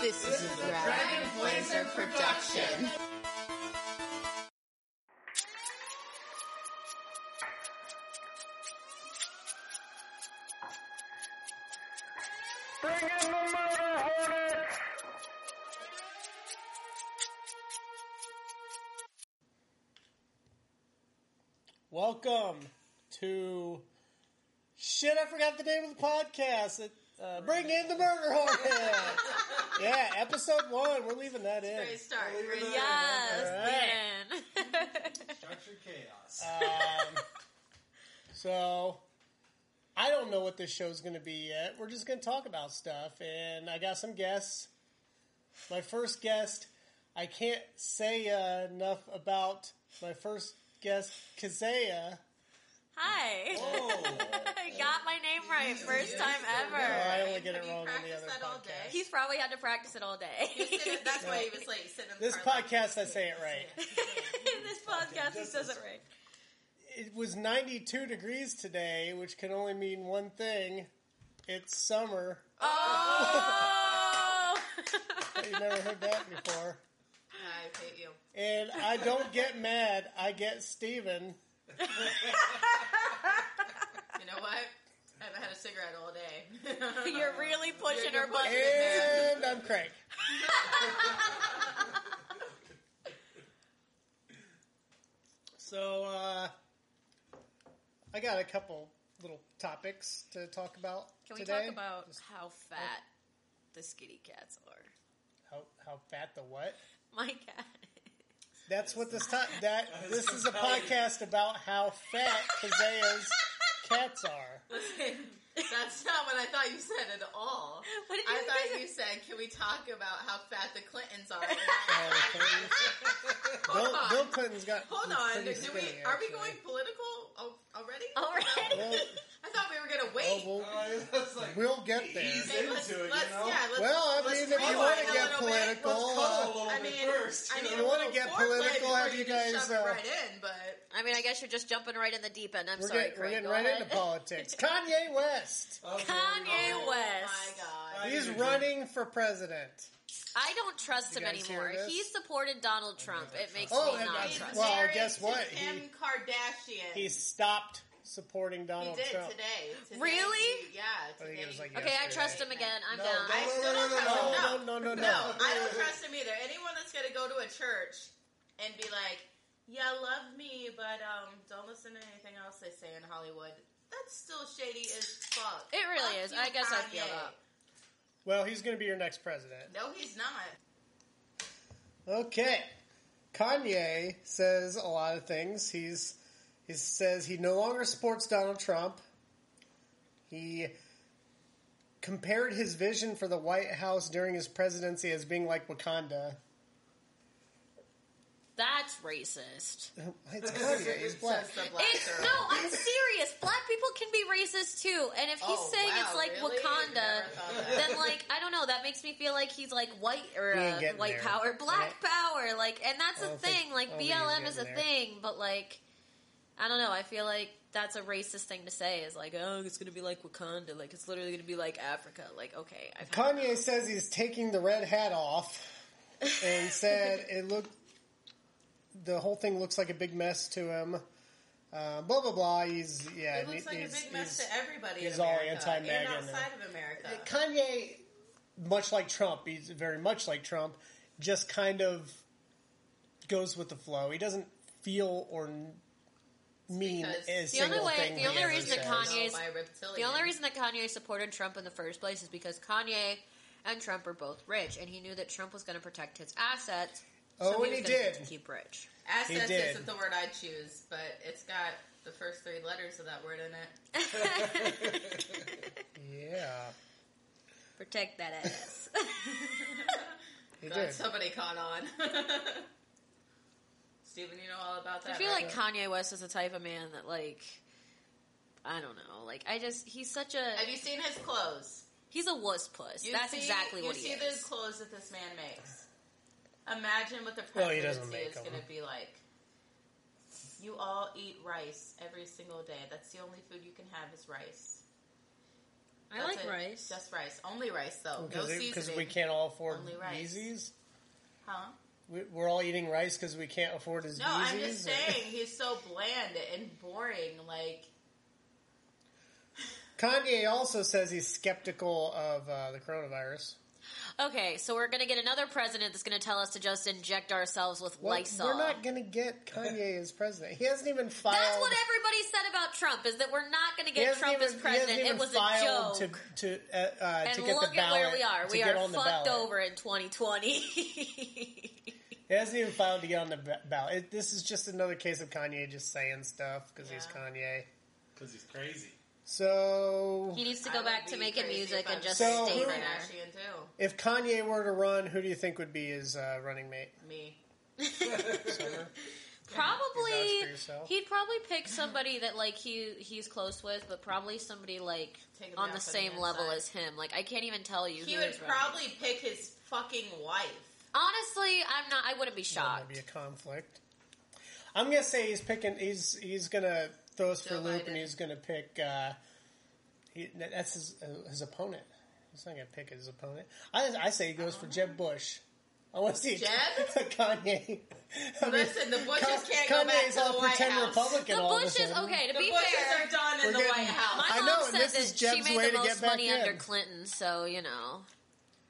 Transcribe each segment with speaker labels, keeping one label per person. Speaker 1: This is a Dragon Blazer production.
Speaker 2: Bring in the murder hornet!
Speaker 3: Welcome to shit. I forgot the name of the podcast. It, uh, bring in the murder hornet. yeah, episode one. We're leaving that in.
Speaker 1: Great start. Yes, man.
Speaker 3: So I don't know what this show's going to be yet. We're just going to talk about stuff, and I got some guests. My first guest, I can't say uh, enough about my first guest, Kazea.
Speaker 4: Hi.
Speaker 3: Oh.
Speaker 4: I got my name right first time
Speaker 3: I
Speaker 4: ever.
Speaker 3: only get it
Speaker 1: Have you
Speaker 3: wrong on the
Speaker 1: practiced
Speaker 3: other
Speaker 1: that all
Speaker 3: podcast.
Speaker 1: day?
Speaker 4: He's probably had to practice it all day.
Speaker 1: Sit- That's why he was late. Sitting in the
Speaker 3: This
Speaker 1: car
Speaker 3: podcast, I say it right.
Speaker 4: In this podcast, he says it right.
Speaker 3: it was 92 degrees today, which can only mean one thing. It's summer.
Speaker 4: Oh!
Speaker 3: I've never heard that before.
Speaker 1: like, I hate you.
Speaker 3: And I don't get mad, I get Steven.
Speaker 1: You know what? I haven't had a cigarette all day.
Speaker 3: uh-huh.
Speaker 4: You're really pushing her buttons.
Speaker 3: And I'm Craig. so, uh, I got a couple little topics to talk about
Speaker 4: Can we
Speaker 3: today. oh.
Speaker 4: talk about how fat the skinny cats are?
Speaker 3: how, how fat the what?
Speaker 4: My cat.
Speaker 3: That's what this time that this is a podcast about how fat Kazea's cats are.
Speaker 1: That's not what I thought you said at all.
Speaker 4: What did you
Speaker 1: I thought
Speaker 4: think?
Speaker 1: you said, can we talk about how fat the Clintons are?
Speaker 3: Bill,
Speaker 1: on.
Speaker 3: Bill Clinton's got.
Speaker 1: Hold on.
Speaker 3: pretty
Speaker 1: Do we,
Speaker 3: skinny,
Speaker 1: are we
Speaker 3: actually.
Speaker 1: going political al- already?
Speaker 4: Already?
Speaker 3: Well,
Speaker 1: I thought we were going to wait.
Speaker 3: Oh, well, we'll,
Speaker 5: Uh, it's like,
Speaker 3: we'll get there.
Speaker 5: He's- into it, you know?
Speaker 1: yeah, let's,
Speaker 3: Well, I
Speaker 1: let's
Speaker 3: mean, if
Speaker 1: rewind
Speaker 3: you
Speaker 1: a
Speaker 3: want to get
Speaker 1: little bit.
Speaker 3: political,
Speaker 5: cuddle a
Speaker 3: uh,
Speaker 5: little
Speaker 1: I
Speaker 5: bit
Speaker 1: mean,
Speaker 5: first.
Speaker 1: I mean,
Speaker 3: You wanna
Speaker 1: we'll
Speaker 3: get
Speaker 1: forward play
Speaker 3: political,
Speaker 1: before
Speaker 3: have you
Speaker 1: just
Speaker 3: guys,
Speaker 1: shove it
Speaker 3: uh,
Speaker 1: right in, but
Speaker 4: I mean, I guess you're just jumping right in the deep end. I'm
Speaker 3: we're,
Speaker 4: sorry,
Speaker 3: get, we're
Speaker 4: Craig.
Speaker 3: getting
Speaker 4: Go
Speaker 3: right
Speaker 4: ahead.
Speaker 3: into politics. Kanye West.
Speaker 5: okay,
Speaker 3: Oh,
Speaker 4: Kanye
Speaker 1: oh my
Speaker 4: West.
Speaker 1: God,
Speaker 3: He's running for president.
Speaker 4: I don't trust him
Speaker 3: guys hear
Speaker 4: anymore.
Speaker 3: this?
Speaker 4: He supported Donald Trump. It makes
Speaker 3: Oh,
Speaker 4: me
Speaker 3: and
Speaker 4: not
Speaker 3: I-
Speaker 4: trust him.
Speaker 3: well,
Speaker 1: married
Speaker 3: guess
Speaker 1: to
Speaker 3: what?
Speaker 1: Kim
Speaker 3: He-
Speaker 1: Kardashian.
Speaker 3: He stopped supporting
Speaker 1: he
Speaker 3: Donald
Speaker 1: did
Speaker 3: Trump.
Speaker 1: today. Today
Speaker 4: Really?
Speaker 1: he- yeah. Today.
Speaker 3: think it was like
Speaker 1: he-
Speaker 4: Okay, I
Speaker 3: yesterday.
Speaker 4: trust him again. I'm
Speaker 5: No,
Speaker 4: down.
Speaker 5: don't-
Speaker 1: I still
Speaker 5: No,
Speaker 1: don't
Speaker 5: no, no,
Speaker 1: trust him.
Speaker 3: no,
Speaker 1: No,
Speaker 3: no, no, no.
Speaker 1: no, I don't trust him either. Anyone that's going to go to a church and be like, "Yeah, love me, but um, don't listen to anything else they say in Hollywood." That's still shady as fuck.
Speaker 4: It really
Speaker 1: Fuck
Speaker 4: is.
Speaker 1: you,
Speaker 4: I guess I
Speaker 1: Kanye.
Speaker 4: feel that.
Speaker 3: Well, he's going to be your next president.
Speaker 1: No, he's not.
Speaker 3: Okay. Kanye says a lot of things. He's he says he no longer supports Donald Trump. He compared his vision for the White House during his presidency as being like Wakanda.
Speaker 4: That's racist.
Speaker 3: It's Kanye. He's black.
Speaker 1: Says the black
Speaker 4: It's,
Speaker 1: girl.
Speaker 4: no, I'm serious. Black people can be racist too. And if he's
Speaker 1: Oh,
Speaker 4: saying
Speaker 1: wow,
Speaker 4: it's like
Speaker 1: really?
Speaker 4: Wakanda,
Speaker 1: Never thought that.
Speaker 4: then like I don't know. That makes me feel like he's like white or
Speaker 3: We ain't
Speaker 4: uh,
Speaker 3: getting
Speaker 4: white
Speaker 3: there.
Speaker 4: power, black power. Like, and that's
Speaker 3: I
Speaker 4: a
Speaker 3: don't think-
Speaker 4: thing. Like
Speaker 3: I don't think he's
Speaker 4: BLM is a
Speaker 3: getting there.
Speaker 4: thing, but like I don't know. I feel like that's a racist thing to say. Is like, oh, it's gonna be like Wakanda. Like it's literally gonna be like Africa. Like okay, I've had
Speaker 3: Kanye says he's taking the red hat off and said it looked the whole thing looks like a big mess to him. Uh, blah blah blah. He's yeah.
Speaker 1: It looks like a
Speaker 3: he's-
Speaker 1: big mess
Speaker 3: he's-
Speaker 1: to everybody
Speaker 3: he's
Speaker 1: in
Speaker 3: all
Speaker 1: America
Speaker 3: anti-MAGA
Speaker 1: and
Speaker 3: now.
Speaker 1: outside of America.
Speaker 3: Kanye, much like Trump, he's very much like Trump, just kind of goes with the flow. He doesn't feel or n- mean
Speaker 1: Because
Speaker 3: a
Speaker 4: the only
Speaker 3: single
Speaker 4: way,
Speaker 3: thing.
Speaker 4: the
Speaker 3: he
Speaker 4: only
Speaker 3: ever
Speaker 4: reason that
Speaker 3: says.
Speaker 4: Kanye's
Speaker 1: By
Speaker 4: The
Speaker 1: reptilian.
Speaker 4: only reason that Kanye supported Trump in the first place is because Kanye and Trump are both rich, and he knew that Trump was going to protect his assets.
Speaker 3: Oh, and
Speaker 4: was
Speaker 3: he
Speaker 4: gonna
Speaker 3: did.
Speaker 4: get to keep rich.
Speaker 3: He
Speaker 1: assets
Speaker 3: did.
Speaker 1: isn't the word I choose, but it's got the first three letters of that word in it.
Speaker 3: Yeah,
Speaker 4: Protect that ass.
Speaker 3: he
Speaker 1: God,
Speaker 3: did.
Speaker 1: somebody caught on. Steven, you know all about that.
Speaker 4: I feel
Speaker 1: right?
Speaker 4: like Kanye West is the type of man that, like, I don't know. Like, I just he's such a
Speaker 1: Have you seen his clothes?
Speaker 4: he's a wuss puss.
Speaker 1: You
Speaker 4: That's
Speaker 1: see-
Speaker 4: exactly what
Speaker 1: you
Speaker 4: he
Speaker 1: see
Speaker 4: is.
Speaker 1: the clothes that this man makes. Imagine what the
Speaker 3: Well, he doesn't
Speaker 1: presidency
Speaker 3: make
Speaker 1: is going
Speaker 3: them.
Speaker 1: to be like. You all eat rice every single day. That's the only food you can have is rice.
Speaker 4: I
Speaker 1: That's
Speaker 4: like
Speaker 1: it.
Speaker 4: rice.
Speaker 1: Just rice. Only rice, though. No
Speaker 3: Because
Speaker 1: seasoning.
Speaker 3: we can't all afford
Speaker 1: Only rice.
Speaker 3: Yeezys.
Speaker 1: Huh?
Speaker 3: We- We're all eating rice because we can't afford his
Speaker 1: No,
Speaker 3: Yeezys.
Speaker 1: I'm just
Speaker 3: or-
Speaker 1: saying he's so bland and boring. Like,
Speaker 3: Kanye also says he's skeptical of uh, the coronavirus.
Speaker 4: Okay, so we're gonna get another president that's gonna tell us to just inject ourselves with
Speaker 3: Well,
Speaker 4: Lysol.
Speaker 3: We're not going to get Kanye as president. He hasn't even filed.
Speaker 4: That's what everybody said about Trump is that we're not gonna
Speaker 3: he
Speaker 4: get
Speaker 3: hasn't
Speaker 4: Trump
Speaker 3: even-
Speaker 4: as
Speaker 3: he hasn't
Speaker 4: president.
Speaker 3: even
Speaker 4: It was a
Speaker 3: filed
Speaker 4: joke.
Speaker 3: To, to, uh, uh, to
Speaker 4: and
Speaker 3: get
Speaker 4: look
Speaker 3: the
Speaker 4: at
Speaker 3: ballot,
Speaker 4: where we are.
Speaker 3: to
Speaker 4: We
Speaker 3: get
Speaker 4: are
Speaker 3: on the
Speaker 4: fucked
Speaker 3: ballot.
Speaker 4: over in 2020.
Speaker 3: He hasn't even filed to get on the ba- ballot. It, this is just another case of Kanye just saying stuff because he's
Speaker 1: Yeah.
Speaker 3: Kanye.
Speaker 5: Because he's crazy.
Speaker 3: So
Speaker 4: he needs to
Speaker 1: I
Speaker 4: go
Speaker 1: would
Speaker 4: back to
Speaker 1: be
Speaker 4: making
Speaker 1: crazy
Speaker 4: music
Speaker 1: if I
Speaker 4: and just
Speaker 3: So
Speaker 4: stay
Speaker 1: Kim
Speaker 3: who-
Speaker 4: there.
Speaker 1: Kardashian too.
Speaker 3: if Kanye were to run, who do you think would be his uh, running mate?
Speaker 1: Me.
Speaker 3: You vouch
Speaker 4: Probably,
Speaker 3: for yourself?
Speaker 4: he'd probably pick somebody that like he he's close with, but probably somebody like
Speaker 1: Take him
Speaker 4: on
Speaker 1: out
Speaker 4: the
Speaker 1: for the
Speaker 4: same level
Speaker 1: inside.
Speaker 4: as him. Like I can't even tell you.
Speaker 1: He
Speaker 4: who
Speaker 1: would
Speaker 4: is running.
Speaker 1: probably pick his fucking wife.
Speaker 4: Honestly, I'm not. I wouldn't be
Speaker 3: That'd
Speaker 4: shocked.
Speaker 3: be a conflict. I'm gonna say he's picking. He's he's gonna throw us for a
Speaker 1: Joe
Speaker 3: loop, and
Speaker 1: Biden.
Speaker 3: he's gonna pick. Uh, he, that's his uh, his opponent. He's not gonna pick his opponent. I, I say he goes for Jeb Bush. I want to see
Speaker 1: Oh. Jeb?
Speaker 3: Kanye. I mean,
Speaker 1: Listen, the Bushes
Speaker 3: Ka-
Speaker 1: can't go back
Speaker 3: Kanye's
Speaker 1: to the
Speaker 3: all
Speaker 1: White
Speaker 3: pretend
Speaker 1: House.
Speaker 3: Republican.
Speaker 4: The
Speaker 3: all of a
Speaker 4: Bushes,
Speaker 3: sudden.
Speaker 4: okay. To
Speaker 1: The
Speaker 4: be
Speaker 1: Bushes
Speaker 4: fair,
Speaker 1: are done in
Speaker 3: We're
Speaker 1: the
Speaker 3: getting-
Speaker 1: White House.
Speaker 4: my
Speaker 3: I
Speaker 4: mom
Speaker 3: know, and
Speaker 4: said
Speaker 3: this is
Speaker 4: that she
Speaker 3: Jeb's
Speaker 4: made
Speaker 3: way
Speaker 4: the
Speaker 3: to get
Speaker 4: most
Speaker 3: back
Speaker 4: money under
Speaker 3: in.
Speaker 4: Clinton. So you know,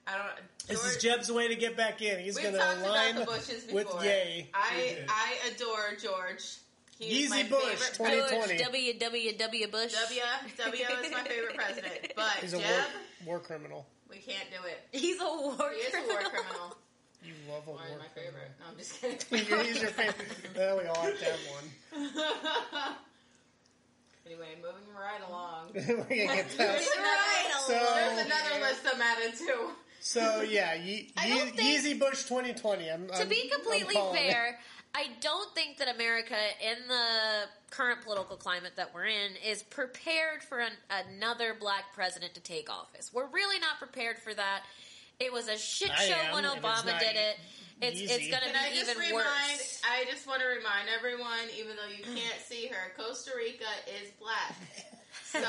Speaker 1: I don't.
Speaker 3: This is
Speaker 1: George-
Speaker 3: Jeb's way to get back in. He's
Speaker 1: We've
Speaker 3: gonna
Speaker 1: talked
Speaker 3: align
Speaker 1: about the Bushes before.
Speaker 3: with Yay.
Speaker 1: I
Speaker 5: did.
Speaker 1: I adore George. He is
Speaker 3: Yeezy
Speaker 1: my
Speaker 3: Bush,
Speaker 1: favorite
Speaker 3: 20
Speaker 1: president.
Speaker 4: George
Speaker 3: 2020.
Speaker 4: W W W Bush.
Speaker 1: W W is my favorite president, but
Speaker 3: He's a
Speaker 1: Jeb,
Speaker 3: war, war criminal.
Speaker 1: we can't do it.
Speaker 4: He's a war.
Speaker 1: He is a war criminal.
Speaker 3: You love a war
Speaker 1: One of my
Speaker 3: criminal.
Speaker 1: favorite. No, I'm just kidding.
Speaker 3: He's your favorite. Well, we all have to have one.
Speaker 1: anyway, moving right along.
Speaker 3: We're gonna get that.
Speaker 1: Right
Speaker 3: So-
Speaker 1: There's another list I'm added to.
Speaker 3: So yeah, Ye-
Speaker 4: I don't
Speaker 3: Ye-
Speaker 4: think-
Speaker 3: Yeezy Bush 2020. I'm,
Speaker 4: to
Speaker 3: I'm-
Speaker 4: be completely
Speaker 3: I'm calling it.
Speaker 4: fair, I don't think that America, in the current political climate that we're in, is prepared for an, another black president to take office. We're really not prepared for that. It was a shit
Speaker 3: I
Speaker 4: show
Speaker 3: am,
Speaker 4: when
Speaker 3: and it's
Speaker 4: Obama
Speaker 3: not e-,
Speaker 4: did it. It's, it's
Speaker 3: easy.
Speaker 4: going to
Speaker 1: Can I
Speaker 4: be
Speaker 1: just
Speaker 4: even
Speaker 1: remind?
Speaker 4: worse.
Speaker 1: I just want to remind everyone, even though you can't see her, Costa Rica is black. So I just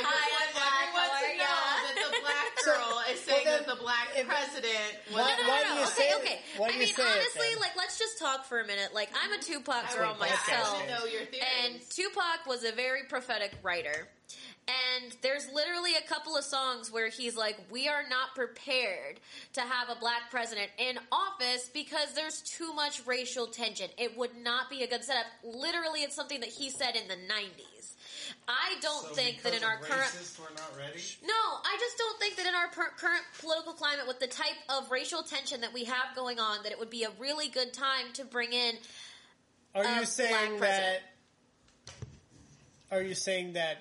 Speaker 1: want
Speaker 4: I'm black.
Speaker 1: everyone to
Speaker 4: How are
Speaker 1: know
Speaker 4: ya?
Speaker 1: that the black girl is saying
Speaker 3: well,
Speaker 1: that the black
Speaker 3: if-
Speaker 1: president was
Speaker 3: Why-
Speaker 4: No, no,
Speaker 3: why do
Speaker 4: no, no.
Speaker 3: you
Speaker 4: okay,
Speaker 3: say it?
Speaker 4: okay.
Speaker 3: Why
Speaker 4: I
Speaker 3: do you
Speaker 4: mean,
Speaker 3: say it
Speaker 4: honestly,
Speaker 3: then?
Speaker 4: like, let's just talk for a minute. Like, I'm a Tupac
Speaker 1: I
Speaker 4: girl
Speaker 3: what
Speaker 1: yeah,
Speaker 3: podcast
Speaker 4: myself.
Speaker 1: I should know your theory.
Speaker 4: And Tupac was a very prophetic writer. And there's literally a couple of songs where he's like, We are not prepared to have a black president in office because there's too much racial tension. It would not be a good setup. Literally, it's something that he said in the 90s. I don't
Speaker 5: So
Speaker 4: think that
Speaker 5: because
Speaker 4: in our
Speaker 5: of
Speaker 4: current.
Speaker 5: racist, we're not ready.
Speaker 4: No, I just don't think that in our per- current political climate, with the type of racial tension that we have going on, that it would be a really good time to bring in
Speaker 3: Are you
Speaker 4: of
Speaker 3: saying
Speaker 4: black
Speaker 3: that?
Speaker 4: president.
Speaker 3: Are you saying that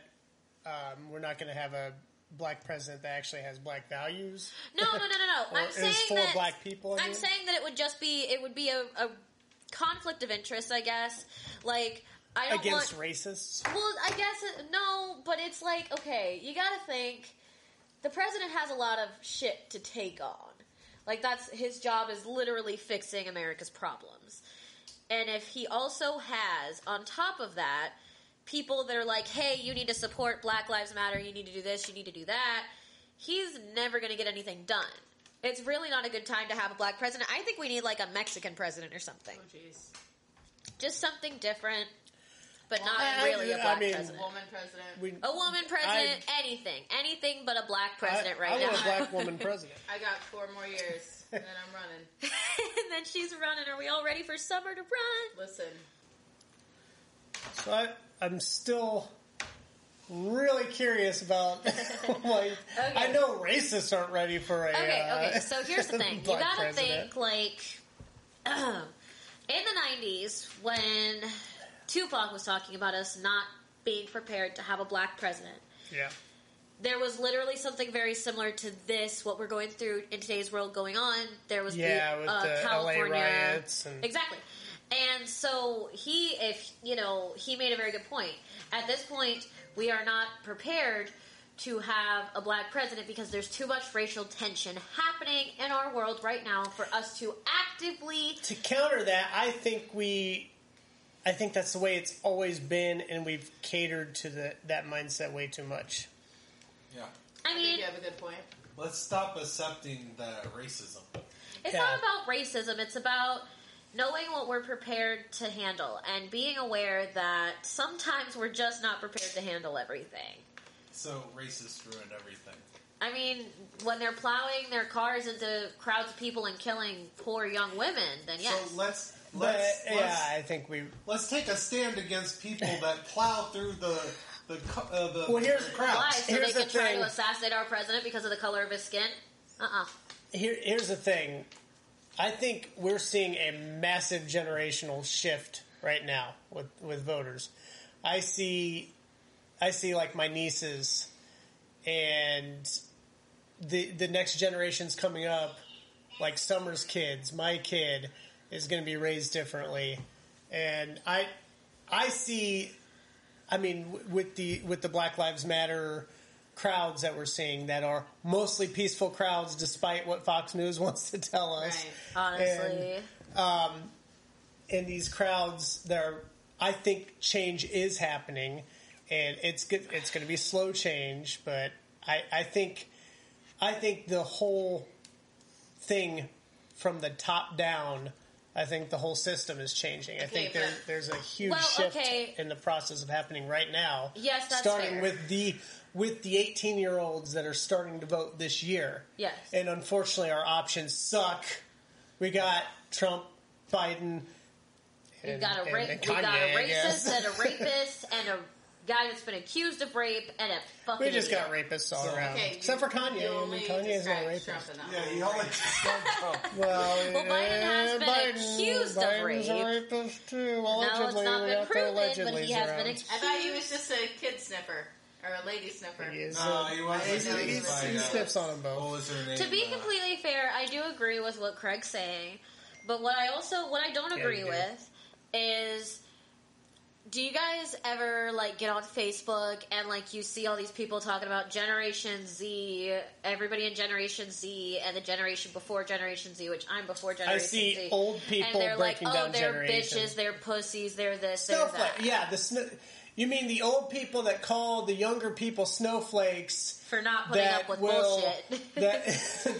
Speaker 3: um, we're not going to have a black president that actually has black values?
Speaker 4: No, no, no, no,
Speaker 3: Or
Speaker 4: no. I'm
Speaker 3: is
Speaker 4: saying
Speaker 3: for
Speaker 4: that
Speaker 3: black people, I
Speaker 4: I'm
Speaker 3: mean?
Speaker 4: saying that it would just be it would be a, a conflict of interest, I guess. Like I don't
Speaker 3: Against
Speaker 4: want.
Speaker 3: racists?
Speaker 4: Well, I guess it, no, but it's like okay, you got to think. The president has a lot of shit to take on. Like that's his job is literally fixing America's problems. And if he also has on top of that people that are like, "Hey, you need to support Black Lives Matter. You need to do this. You need to do that." He's never going to get anything done. It's really not a good time to have a black president. I think we need like a Mexican president or something.
Speaker 1: oh jeez,
Speaker 4: Just something different, but
Speaker 3: I-
Speaker 4: not really a
Speaker 3: I
Speaker 4: black
Speaker 3: mean,
Speaker 4: president.
Speaker 1: woman president.
Speaker 3: We,
Speaker 4: A woman president, anything, anything but a black president
Speaker 3: I,
Speaker 4: right
Speaker 3: I
Speaker 4: now.
Speaker 3: want a black woman president.
Speaker 1: I got four more years, and then I'm running.
Speaker 4: and then she's running. Are we all ready for summer to run?
Speaker 1: Listen,
Speaker 3: So I, I'm still really curious about. like, I know racists aren't ready for a.
Speaker 4: Okay,
Speaker 3: uh,
Speaker 4: okay. So here's the thing. you
Speaker 3: black
Speaker 4: gotta
Speaker 3: president.
Speaker 4: think like in the '90s when Tupac was talking about us not being prepared to have a black president.
Speaker 3: Yeah.
Speaker 4: there was literally something very similar to this what we're going through in today's world going on there was
Speaker 3: Yeah,
Speaker 4: the,
Speaker 3: with
Speaker 4: uh,
Speaker 3: the LA
Speaker 4: california
Speaker 3: riots and-
Speaker 4: exactly and so he if you know he made a very good point at this point we are not prepared to have a black president because there's too much racial tension happening in our world right now for us to actively
Speaker 3: to counter that, I think we, I think that's the way it's always been, and we've catered to the, that mindset way too much.
Speaker 5: Yeah.
Speaker 4: I
Speaker 1: I think
Speaker 4: mean,
Speaker 1: you have a good point.
Speaker 5: Let's stop accepting the racism.
Speaker 4: It's
Speaker 3: Yeah.
Speaker 4: not about racism. It's about knowing what we're prepared to handle and being aware that sometimes we're just not prepared to handle everything.
Speaker 5: So racists ruin everything.
Speaker 4: I mean, when they're plowing their cars into crowds of people and killing poor young women, then yes.
Speaker 5: So let's
Speaker 3: But,
Speaker 5: let's
Speaker 3: yeah,
Speaker 5: let's,
Speaker 3: I think we.
Speaker 5: let's take a stand against people that plow through the the co- uh, the,
Speaker 3: Well, here's-
Speaker 5: the
Speaker 4: Why?
Speaker 5: crowds.
Speaker 4: So they
Speaker 3: Here's the
Speaker 4: can try
Speaker 3: thing.
Speaker 4: to assassinate our president because of the color of his skin? Uh uh
Speaker 3: Here, here's the thing. I think we're seeing a massive generational shift right now with with voters. I see, I see like my nieces and the the next generations coming up, like Summer's kids, my kid is going to be raised differently, and I I see, I mean, w- with the with the Black Lives Matter crowds that we're seeing that are mostly peaceful crowds, despite what Fox News wants to tell us,
Speaker 1: Right.
Speaker 4: Honestly.
Speaker 3: and these crowds that are, I think change is happening, and it's good. It's going to be slow change, but I, I think, I think the whole thing from the top down. I think the whole system is changing. I think
Speaker 1: but-
Speaker 3: there, there's a huge
Speaker 4: Well,
Speaker 3: shift
Speaker 4: okay.
Speaker 3: in the process of happening right now.
Speaker 4: Yes, that's
Speaker 3: starting
Speaker 4: fair.
Speaker 3: with the with the 18 year olds that are starting to vote this year.
Speaker 4: Yes.
Speaker 3: and unfortunately, our options suck. We got Trump, Biden.
Speaker 4: You've
Speaker 3: and-
Speaker 4: got a,
Speaker 3: and-
Speaker 4: ra-
Speaker 3: and
Speaker 4: we got
Speaker 3: Kanye,
Speaker 4: a
Speaker 3: I guess.
Speaker 4: racist and a rapist and a guy that's been accused of rape and a fucking.
Speaker 3: We just
Speaker 4: idiot.
Speaker 3: got rapists all
Speaker 5: So-
Speaker 3: around,
Speaker 1: Okay, you-
Speaker 3: except for
Speaker 1: you
Speaker 3: Kanye. I
Speaker 1: only
Speaker 3: mean, Kanye's not
Speaker 1: described
Speaker 3: a rapist.
Speaker 1: Trump and
Speaker 5: Yeah,
Speaker 1: all.
Speaker 5: you always
Speaker 3: Well,
Speaker 4: Well, Biden has
Speaker 3: yeah,
Speaker 4: been accused of
Speaker 3: Biden's a
Speaker 4: rape.
Speaker 3: rapist too.
Speaker 4: No, it's
Speaker 3: Allegedly,
Speaker 4: not
Speaker 3: we
Speaker 4: been
Speaker 3: got the
Speaker 4: proven, but
Speaker 3: allegedly's
Speaker 4: he has
Speaker 3: around.
Speaker 4: been
Speaker 1: I thought he
Speaker 4: accused.
Speaker 1: was just a kid sniffer or a lady sniffer.
Speaker 3: He is,
Speaker 5: No,
Speaker 3: uh,
Speaker 5: he wasn't.
Speaker 3: he's-
Speaker 1: No, he
Speaker 3: he's-
Speaker 1: wasn't.
Speaker 3: he sniffs on them both.
Speaker 5: What was her name?
Speaker 4: To be
Speaker 5: Uh,
Speaker 4: completely fair, I do agree with what Craig's saying, but what I also what I don't
Speaker 3: you
Speaker 4: agree
Speaker 3: do.
Speaker 4: with is do you guys ever like get on Facebook and like you see all these people talking about Generation Z, everybody in Generation Z and the generation before Generation Z, which I'm before Generation
Speaker 3: see
Speaker 4: Z.
Speaker 3: old
Speaker 4: and
Speaker 3: people
Speaker 4: they're
Speaker 3: breaking
Speaker 4: like,
Speaker 3: down
Speaker 4: oh, they're
Speaker 3: generation."
Speaker 4: bitches, they're pussies, they're this,
Speaker 3: Snowflake.
Speaker 4: they're that.
Speaker 3: Yeah, the sn- You mean the old people that call the younger people snowflakes?
Speaker 4: For not putting
Speaker 3: that
Speaker 4: up with
Speaker 3: will,
Speaker 4: bullshit.
Speaker 3: that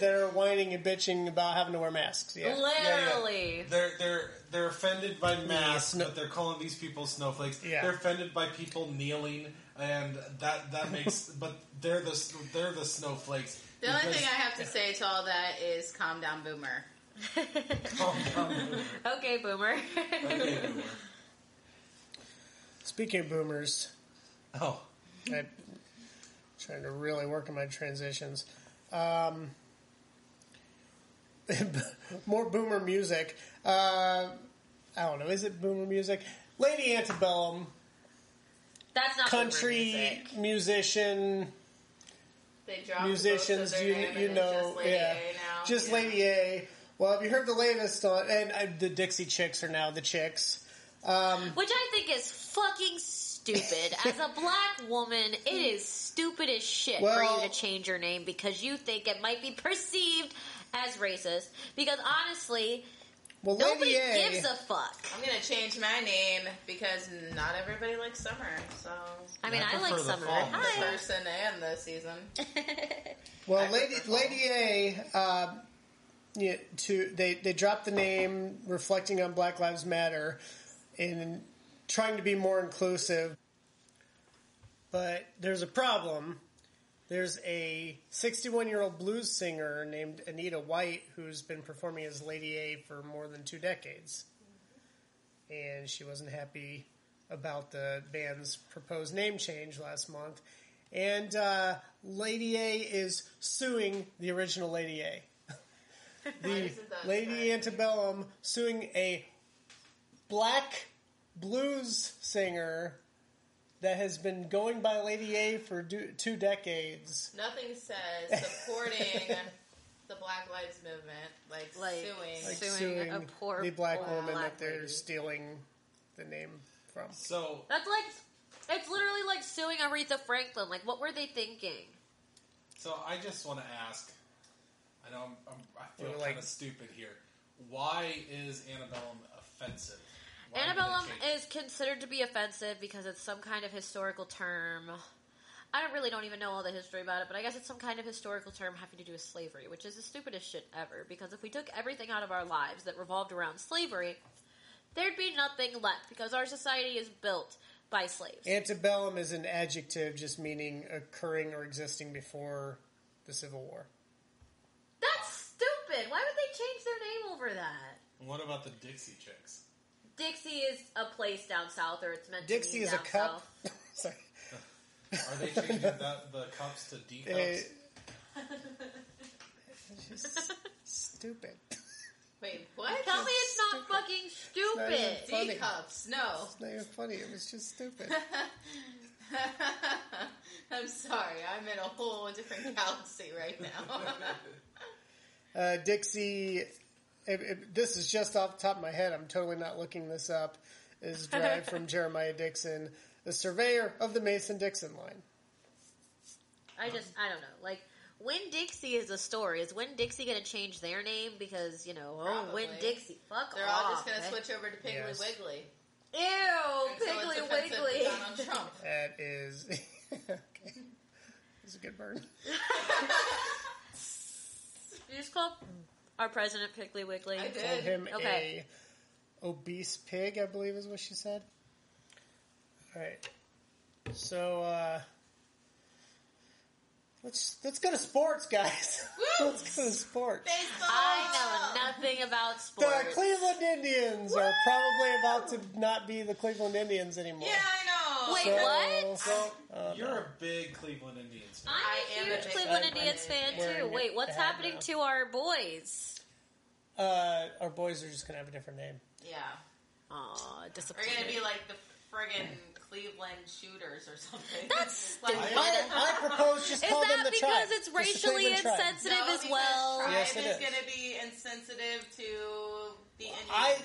Speaker 3: that are whining and bitching about having to wear masks. Yeah.
Speaker 4: Literally.
Speaker 5: They're they're they're offended by masks,
Speaker 3: sno-
Speaker 5: but they're calling these people snowflakes.
Speaker 3: Yeah.
Speaker 5: They're offended by people kneeling, and that that makes. but they're the s- they're the snowflakes.
Speaker 1: The only thing I have to say to all that is calm down, boomer.
Speaker 5: I.
Speaker 4: Okay, boomer.
Speaker 3: Speaking of boomers,
Speaker 5: oh,
Speaker 3: I'm trying to really work on my transitions. Um, more boomer music. Uh, I don't know. Is it boomer music? Lady Antebellum,
Speaker 4: That's not boomer
Speaker 3: country
Speaker 4: music.
Speaker 3: musician.
Speaker 1: They drop
Speaker 3: musicians
Speaker 1: the
Speaker 3: you
Speaker 1: both of their name
Speaker 3: you
Speaker 1: and
Speaker 3: know
Speaker 1: it's just Lady
Speaker 3: yeah
Speaker 1: A now.
Speaker 3: just
Speaker 1: Yeah.
Speaker 3: Lady A. Well, have you heard the latest on and uh, the Dixie Chicks are now the Chicks.
Speaker 4: Which I think is fucking stupid. As a black woman, it is stupid as shit
Speaker 3: Well-
Speaker 4: for you to change your name because you think it might be perceived as racist. Because honestly,
Speaker 3: Well,
Speaker 4: nobody
Speaker 3: Lady A.
Speaker 4: gives a fuck.
Speaker 1: I'm gonna change my name because not everybody likes summer. So
Speaker 4: I mean,
Speaker 5: I
Speaker 4: I, like
Speaker 5: prefer the
Speaker 4: summer.
Speaker 5: fall.
Speaker 1: the
Speaker 4: Hi.
Speaker 1: person and the season.
Speaker 3: well,
Speaker 1: I
Speaker 3: Lady
Speaker 1: prefer
Speaker 3: Lady A. Uh, yeah, to they they dropped the name reflecting on Black Lives Matter and trying to be more inclusive. But there's a problem. There's a 61 year old blues singer named Anita White who's been performing as Lady A for more than two decades. And she wasn't happy about the band's proposed name change last month. And uh, Lady A is suing the original Lady A. the
Speaker 1: isn't that
Speaker 3: Lady Antebellum suing a black blues singer that has been going by Lady A for do, two decades.
Speaker 1: Nothing says supporting the Black Lives Movement like,
Speaker 4: Like-
Speaker 1: suing.
Speaker 4: Like- Suing a poor
Speaker 3: the black
Speaker 4: black
Speaker 3: woman that they're
Speaker 4: lady.
Speaker 3: stealing the name from.
Speaker 5: so
Speaker 4: That's like, it's literally like suing Aretha Franklin. Like, what were they thinking?
Speaker 5: so I just want to ask. I know I'm, I'm, I feel
Speaker 3: We're
Speaker 5: kind
Speaker 3: like-
Speaker 5: of stupid here. Why is Annabellum offensive? Why did they
Speaker 4: Antebellum
Speaker 5: change it?
Speaker 4: is considered to be offensive because it's some kind of historical term. I don't really don't even know all the history about it, but I guess it's some kind of historical term having to do with slavery, which is the stupidest shit ever. Because if we took everything out of our lives that revolved around slavery, there'd be nothing left because our society is built by slaves.
Speaker 3: Antebellum is an adjective just meaning occurring or existing before the Civil War.
Speaker 4: That's stupid. Why would they change their name over that?
Speaker 5: What about the Dixie Chicks?
Speaker 4: Dixie is a place down south, or it's meant to
Speaker 3: Dixie
Speaker 4: be
Speaker 3: is a
Speaker 4: down
Speaker 3: cup.
Speaker 4: south.
Speaker 3: Sorry.
Speaker 5: Are they changing that, the cups to D cups?
Speaker 3: Eh, just stupid.
Speaker 1: Wait, what?
Speaker 4: Tell me it's not fucking
Speaker 3: not
Speaker 4: stupid.
Speaker 3: even-
Speaker 1: D
Speaker 3: funny.
Speaker 1: cups. No.
Speaker 3: It's not even funny. It was just stupid.
Speaker 1: I'm sorry. I'm in a whole different galaxy right now.
Speaker 3: Uh, Dixie. It, it, this is just off the top of my head. I'm totally not looking this up. Is derived from Jeremiah Dixon, the surveyor of the Mason-Dixon line.
Speaker 4: I just, I don't know. Like, when Dixie is a story, is when Dixie gonna change their name? Because, you know, oh, when
Speaker 1: Probably.
Speaker 4: Dixie, fuck
Speaker 1: They're
Speaker 4: off.
Speaker 1: all just going to
Speaker 4: eh?
Speaker 1: switch over to Piggly
Speaker 3: Yes.
Speaker 1: Wiggly.
Speaker 4: Ew,
Speaker 1: until it's
Speaker 4: Piggly
Speaker 1: offensive to
Speaker 4: Wiggly.
Speaker 1: Donald Trump.
Speaker 3: That is. okay. It's a good burn.
Speaker 4: You just call our president Piggly Wiggly.
Speaker 1: I did.
Speaker 3: Called him
Speaker 4: Okay.
Speaker 3: a obese pig, I believe is what she said. All right. So uh, let's let's go to sports, guys.
Speaker 1: Woo!
Speaker 3: let's go to sports.
Speaker 1: Baseball!
Speaker 4: I know nothing about
Speaker 3: The
Speaker 4: sports.
Speaker 3: Cleveland Indians are probably about to not be the Cleveland Indians anymore.
Speaker 1: Yeah, I know.
Speaker 4: Wait,
Speaker 3: So-
Speaker 4: what?
Speaker 5: So,
Speaker 3: Uh,
Speaker 5: you're a big Cleveland Indians fan.
Speaker 1: I
Speaker 4: I'm
Speaker 1: am
Speaker 4: a
Speaker 1: a
Speaker 4: huge
Speaker 1: big
Speaker 4: Cleveland
Speaker 3: Cleveland
Speaker 4: Indians fan
Speaker 3: Indians
Speaker 4: too.
Speaker 3: fan.
Speaker 4: Wait, what's
Speaker 3: Bad now.
Speaker 4: happening to our boys?
Speaker 3: Uh, our boys are just gonna have a different name.
Speaker 1: Yeah.
Speaker 4: Aw,
Speaker 1: We're
Speaker 4: disappointed.
Speaker 1: going to be like the friggin' Cleveland shooters or something.
Speaker 4: That's
Speaker 1: like,
Speaker 4: stupid.
Speaker 3: I, I propose just
Speaker 4: Is
Speaker 3: call them
Speaker 4: that
Speaker 3: the
Speaker 4: because
Speaker 3: tribe.
Speaker 4: it's
Speaker 3: Just the
Speaker 4: racially
Speaker 3: Cleveland Tribe.
Speaker 4: insensitive
Speaker 1: No,
Speaker 4: as
Speaker 1: because
Speaker 4: well?
Speaker 1: Tribe
Speaker 3: Yes, it
Speaker 1: is
Speaker 3: is.
Speaker 1: going to be insensitive to the Indians.
Speaker 3: I-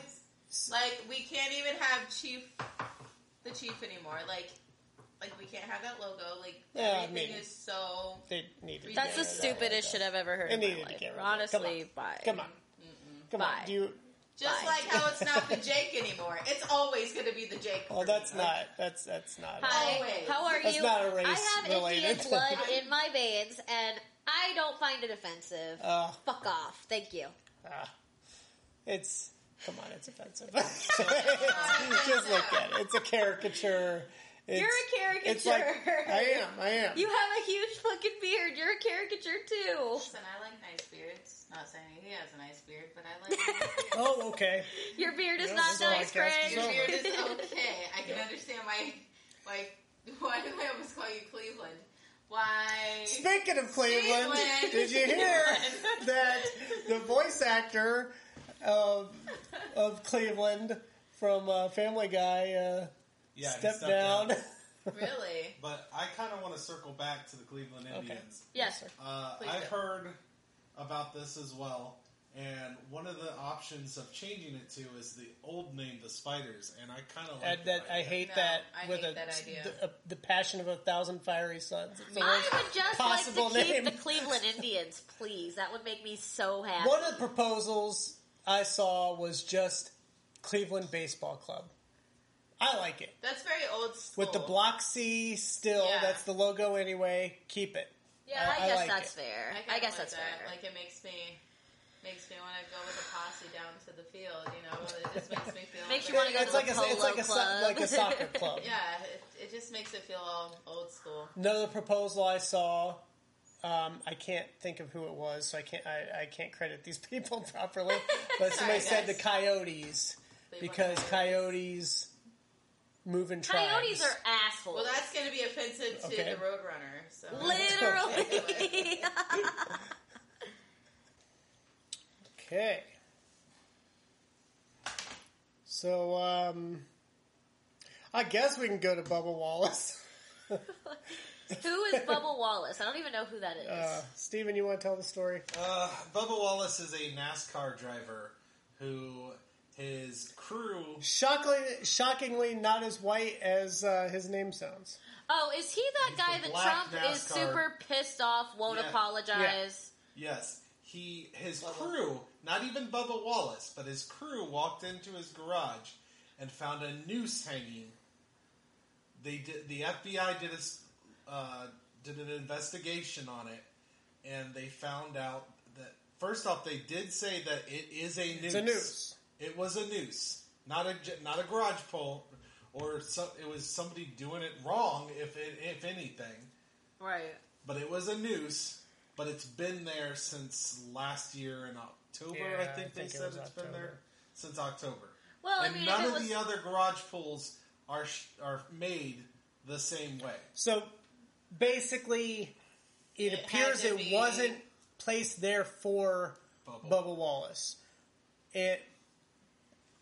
Speaker 1: like we can't even have chief, the chief anymore. Like, like we can't have that logo. Like
Speaker 3: Yeah, I
Speaker 1: everything
Speaker 3: mean-
Speaker 1: is so.
Speaker 3: They needed. to
Speaker 4: That's
Speaker 3: get rid of that
Speaker 4: the stupidest
Speaker 3: logo.
Speaker 4: shit I've ever heard
Speaker 3: They
Speaker 4: in my
Speaker 3: needed to
Speaker 4: life.
Speaker 3: get rid of it.
Speaker 4: Honestly, bye.
Speaker 3: Come on, come
Speaker 4: Bye.
Speaker 3: on. Do you?
Speaker 1: Just
Speaker 4: Bye.
Speaker 1: like how it's not the Jake anymore. It's always going to be the Jake.
Speaker 3: Well, Oh, that's not. That's that's not.
Speaker 4: Hi,
Speaker 1: Always.
Speaker 4: how are
Speaker 3: That's
Speaker 4: you?
Speaker 3: not a race
Speaker 4: I have
Speaker 3: related.
Speaker 4: Indian blood in my veins, and I don't find it offensive.
Speaker 3: Uh,
Speaker 4: Fuck off. Thank you.
Speaker 3: ah. it's come on. It's offensive. Just look at it. It's a caricature. It's,
Speaker 4: You're a
Speaker 3: It's like
Speaker 4: caricature.
Speaker 3: I am. I am.
Speaker 4: You have a huge fucking beard. You're a caricature too.
Speaker 1: And I like nice beards. Not saying he has a nice beard, but I like. Nice beards.
Speaker 3: oh, okay.
Speaker 4: Your beard is
Speaker 3: Yeah,
Speaker 4: not
Speaker 3: that's all I
Speaker 4: nice,
Speaker 3: can ask
Speaker 4: Craig.
Speaker 3: you.
Speaker 1: Your beard is okay. I can understand why. Why? Why do I almost call you Cleveland? Why?
Speaker 3: Speaking of Cleveland,
Speaker 1: Cleveland.
Speaker 3: did you hear that the voice actor of of Cleveland from uh, Family Guy uh,
Speaker 5: Yeah, he
Speaker 3: stepped
Speaker 5: stepped
Speaker 3: down?
Speaker 5: out.
Speaker 1: Really?
Speaker 5: But I kind of want to circle back to the Cleveland Indians.
Speaker 4: Yes.
Speaker 5: Uh,
Speaker 1: Please
Speaker 5: I've
Speaker 1: do.
Speaker 5: heard about this as well, and one of the options of changing it to is the old name, the Spiders, and I kind of
Speaker 3: I,
Speaker 5: like
Speaker 3: that, I hate
Speaker 1: No,
Speaker 3: that
Speaker 1: I
Speaker 3: with
Speaker 1: hate
Speaker 3: a,
Speaker 1: that idea.
Speaker 3: The, a- the passion of a thousand fiery suns. It's the
Speaker 4: I
Speaker 3: worst
Speaker 4: would just like
Speaker 3: possible
Speaker 4: to keep
Speaker 3: name.
Speaker 4: the Cleveland Indians, please. That would make me so happy.
Speaker 3: One of the proposals I saw was just Cleveland Baseball Club. I like it.
Speaker 1: That's very old school.
Speaker 4: Oh.
Speaker 3: With the block C still,
Speaker 1: Yeah.
Speaker 3: that's the logo anyway. Keep it.
Speaker 4: yeah, I,
Speaker 3: I
Speaker 4: guess
Speaker 3: like
Speaker 4: that's
Speaker 3: it.
Speaker 4: fair.
Speaker 1: kinda
Speaker 4: I, guess
Speaker 1: like
Speaker 4: that's
Speaker 1: that.
Speaker 4: fair.
Speaker 1: Like it makes me makes me want to go with a posse down to the field. You know, it just makes me feel.
Speaker 4: Makes you
Speaker 1: very-
Speaker 4: wanna go
Speaker 3: it's
Speaker 4: to
Speaker 3: like
Speaker 4: the
Speaker 3: a it's like a so-
Speaker 4: polo club.
Speaker 3: like a soccer club.
Speaker 1: Yeah, it, it just makes it feel all old school.
Speaker 3: Another proposal I saw. Um, I can't think of who it was, so I can't I, I can't credit these people properly. But somebody
Speaker 1: Sorry,
Speaker 3: said the Coyotes
Speaker 1: They want
Speaker 3: because
Speaker 1: to-
Speaker 3: coyotes move in tribes.
Speaker 4: Coyotes are assholes.
Speaker 1: Well, that's going to be offensive to
Speaker 3: Okay.
Speaker 1: the Roadrunner. So
Speaker 4: literally.
Speaker 3: okay. So um, I guess we can go to Bubba Wallace.
Speaker 4: who is Bubba Wallace? I don't even know who that is.
Speaker 3: Uh, Steven, you want to tell the story?
Speaker 5: Uh, Bubba Wallace is a NASCAR driver who his crew.
Speaker 3: Shockingly, shockingly, not as white as uh, his name sounds.
Speaker 4: oh, is he that guy
Speaker 5: the
Speaker 4: that
Speaker 5: black
Speaker 4: Trump is
Speaker 5: NASCAR.
Speaker 4: super pissed off, won't
Speaker 5: Yeah.
Speaker 4: apologize?
Speaker 5: Yes, he his crew, not even Bubba Wallace, but his crew walked into his garage and found a noose hanging. They did, the FBI did a s- uh, did an investigation on it, and they found out that first off, they did say that it is a noose.
Speaker 3: It's a noose.
Speaker 5: It was a noose, not a j- not a garage pole, or so, it was somebody doing it wrong, if it, if anything.
Speaker 1: Right.
Speaker 5: But it was a noose. But it's been there since last year in October.
Speaker 3: Yeah,
Speaker 5: I
Speaker 3: I
Speaker 5: think they
Speaker 3: think it
Speaker 5: said
Speaker 3: was
Speaker 5: it's been
Speaker 3: October.
Speaker 5: there since October
Speaker 4: Well, I
Speaker 5: and
Speaker 4: mean,
Speaker 5: none
Speaker 4: if
Speaker 5: of
Speaker 4: it was
Speaker 5: the other garage pools are sh- are made the same way.
Speaker 3: So basically,
Speaker 1: It
Speaker 3: it,
Speaker 1: had
Speaker 3: appears
Speaker 1: to
Speaker 3: it
Speaker 1: be-
Speaker 3: wasn't placed there for
Speaker 5: Bubba.
Speaker 3: Bubba Wallace. It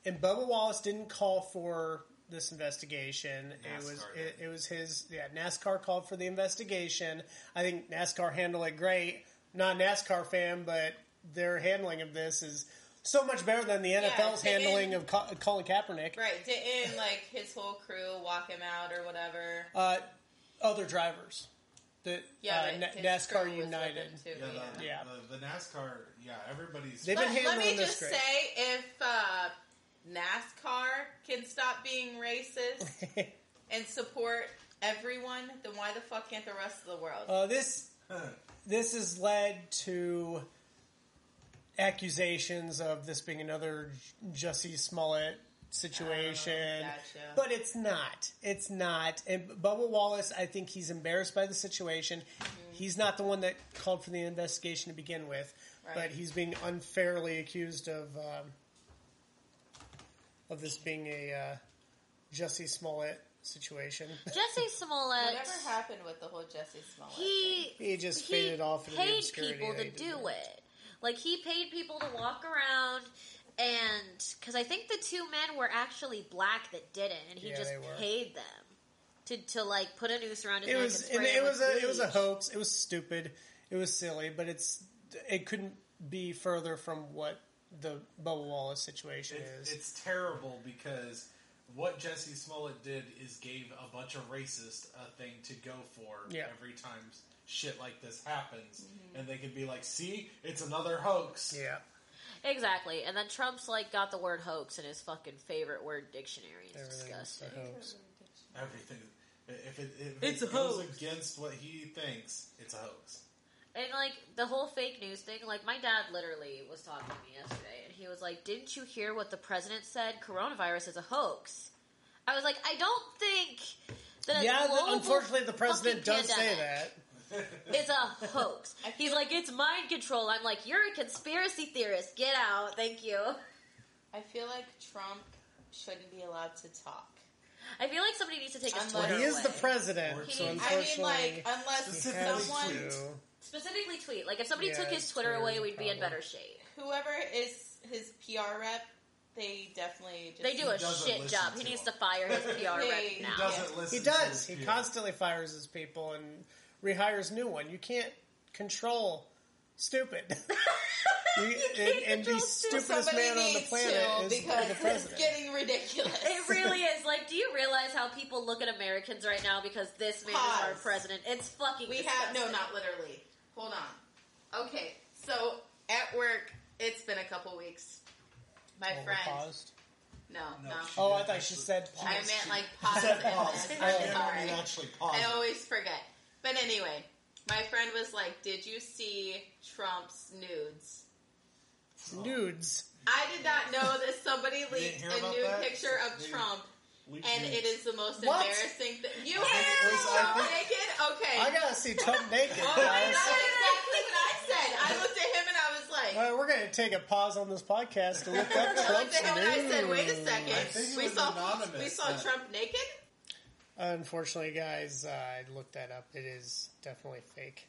Speaker 3: and Bubba Wallace didn't call for this investigation. it was
Speaker 5: NASCAR
Speaker 3: it,
Speaker 5: did.
Speaker 3: it was his yeah. NASCAR called for the investigation. I think NASCAR handled it great. Not a NASCAR fan, but their handling of this is so much better than the NFL's
Speaker 1: they
Speaker 3: handling
Speaker 1: didn't-
Speaker 3: of Co- Colin Kaepernick.
Speaker 1: Right. Didn't like his whole crew walk him out or whatever.
Speaker 3: Uh, other drivers. The,
Speaker 1: Yeah.
Speaker 3: uh,
Speaker 1: but
Speaker 3: Na-
Speaker 1: his crew was
Speaker 3: NASCAR
Speaker 1: with
Speaker 3: United.
Speaker 1: him, too,
Speaker 5: Yeah, the,
Speaker 3: Yeah.
Speaker 5: The, the NASCAR. Yeah, everybody's.
Speaker 3: They've been
Speaker 1: Let, let me
Speaker 3: handling this
Speaker 1: just
Speaker 3: great.
Speaker 1: say, if uh, NASCAR can stop being racist and support everyone, then why the fuck can't the rest of the world?
Speaker 3: Uh, this
Speaker 5: Huh.
Speaker 3: this has led to accusations of this being another J- Jussie Smollett situation,
Speaker 1: Oh, gotcha.
Speaker 3: but it's not. It's not. And Bubba Wallace, I think he's embarrassed by the situation. He's not the one that called for the investigation to begin with, but
Speaker 1: Right.
Speaker 3: he's being unfairly accused of um, of this being a uh, Jussie Smollett situation.
Speaker 4: Jesse Smollett.
Speaker 1: Whatever happened with the whole Jesse Smollett?
Speaker 4: he
Speaker 3: He just faded off into the
Speaker 4: paid
Speaker 3: obscurity
Speaker 4: people
Speaker 3: that
Speaker 4: to
Speaker 3: he did
Speaker 4: do
Speaker 3: that.
Speaker 4: it. Like he paid people to walk around, and because I think the two men were actually black that did it, and he
Speaker 3: Yeah,
Speaker 4: just
Speaker 3: they were.
Speaker 4: paid them to, to like put a noose around his
Speaker 3: it
Speaker 4: neck
Speaker 3: was
Speaker 4: and
Speaker 3: and
Speaker 4: spray him
Speaker 3: it was
Speaker 4: with
Speaker 3: a it was a
Speaker 4: bleach.
Speaker 3: hoax. It was stupid. It was silly, but it's it couldn't be further from what the Bubba Wallace situation
Speaker 5: It's,
Speaker 3: is.
Speaker 5: it's terrible because what Jesse Smollett did is gave a bunch of racists a thing to go for
Speaker 3: Yeah.
Speaker 5: every time shit like this happens,
Speaker 4: Mm-hmm.
Speaker 5: and they can be like, "See, it's another hoax."
Speaker 3: yeah,
Speaker 4: Exactly, and then Trump's like got the word hoax in his fucking favorite word dictionary. It's
Speaker 3: everything was
Speaker 4: disgusting.
Speaker 3: a hoax.
Speaker 5: Everything. If it, if
Speaker 1: It's a
Speaker 5: it goes
Speaker 1: hoax.
Speaker 5: against what he thinks, it's a hoax.
Speaker 4: And like the whole fake news thing, like my dad literally was talking to me yesterday, and he was like, "Didn't you hear what the president said? Coronavirus is a hoax." I was like, "I don't think that." a
Speaker 3: Yeah, the,
Speaker 4: global
Speaker 3: unfortunately, the president
Speaker 4: fucking
Speaker 3: does say
Speaker 4: pandemic
Speaker 3: that.
Speaker 4: is a hoax. He's like, "It's mind control." I'm like, "You're a conspiracy theorist. Get out. Thank you."
Speaker 1: I feel like Trump shouldn't be allowed to talk.
Speaker 4: I feel like somebody needs to take
Speaker 1: I'm
Speaker 4: his
Speaker 1: like-
Speaker 4: Twitter
Speaker 3: He is
Speaker 4: away.
Speaker 3: the president,
Speaker 5: He-
Speaker 3: so
Speaker 5: I mean,
Speaker 1: I mean,
Speaker 3: unfortunately,
Speaker 1: like, unless
Speaker 3: he has
Speaker 1: someone,
Speaker 3: to.
Speaker 4: Specifically, tweet like if somebody
Speaker 3: Yeah,
Speaker 4: took his
Speaker 3: it's
Speaker 4: Twitter
Speaker 3: Twitter's
Speaker 4: away,
Speaker 3: a
Speaker 4: we'd be in
Speaker 3: problem.
Speaker 4: better shape.
Speaker 1: whoever is his PR rep, they definitely just
Speaker 4: They do
Speaker 5: He
Speaker 4: a
Speaker 5: doesn't
Speaker 4: shit
Speaker 5: listen
Speaker 4: job. He
Speaker 5: to
Speaker 4: needs
Speaker 5: him.
Speaker 4: to fire his PR rep
Speaker 1: He
Speaker 4: now.
Speaker 5: He doesn't listen.
Speaker 3: He does.
Speaker 5: To
Speaker 3: He
Speaker 5: his peers.
Speaker 3: constantly fires his people and rehires new one. You can't control stupid. you, and, and the
Speaker 4: control stupid.
Speaker 3: stupidest man on the planet is
Speaker 1: because
Speaker 3: the
Speaker 1: it's
Speaker 3: president.
Speaker 1: getting ridiculous.
Speaker 4: It really is. Like, do you realize how people look at Americans right now because this man is our
Speaker 1: Pause.
Speaker 4: president? It's fucking.
Speaker 1: We have no,
Speaker 4: disgusting.
Speaker 1: not literally. Hold on. Okay, so at work, it's been a couple weeks. My
Speaker 3: Oh, we're
Speaker 1: friend,
Speaker 3: paused.
Speaker 1: no, no.
Speaker 5: No, she-
Speaker 3: Oh, I thought she said
Speaker 1: I
Speaker 3: pause.
Speaker 1: meant like pause.
Speaker 5: said
Speaker 1: and
Speaker 5: pause.
Speaker 1: then-
Speaker 5: I
Speaker 1: I'm
Speaker 5: didn't
Speaker 1: sorry.
Speaker 5: mean actually pause.
Speaker 1: I
Speaker 4: Oh,
Speaker 1: always forget. But anyway, my friend was like, "Did you see Trump's nudes?"
Speaker 3: nudes.
Speaker 1: I did not know that somebody leaked
Speaker 5: hear
Speaker 1: a
Speaker 5: about
Speaker 1: nude
Speaker 5: that?
Speaker 1: picture of
Speaker 5: Dude.
Speaker 1: Trump,
Speaker 5: Leaked
Speaker 1: and
Speaker 5: nudes.
Speaker 1: it is the most
Speaker 3: What?
Speaker 1: embarrassing thing. You
Speaker 5: think it
Speaker 1: heard
Speaker 5: was- I
Speaker 1: Trump
Speaker 5: think-
Speaker 1: naked? Okay.
Speaker 3: I gotta see Trump naked,
Speaker 1: oh my
Speaker 3: guys.
Speaker 1: god! Exactly what I said. I looked at him and I was like,
Speaker 3: Well, we're gonna take a pause on this podcast to look up
Speaker 1: I looked
Speaker 3: Trump's
Speaker 1: at him and I
Speaker 3: nudes.
Speaker 1: said, "Wait a
Speaker 5: I think
Speaker 1: second.
Speaker 5: it
Speaker 1: We
Speaker 5: was
Speaker 1: saw
Speaker 5: anonymous
Speaker 1: we saw
Speaker 5: then.
Speaker 1: Trump naked."
Speaker 3: Unfortunately, guys, uh, I looked that up. It is definitely fake.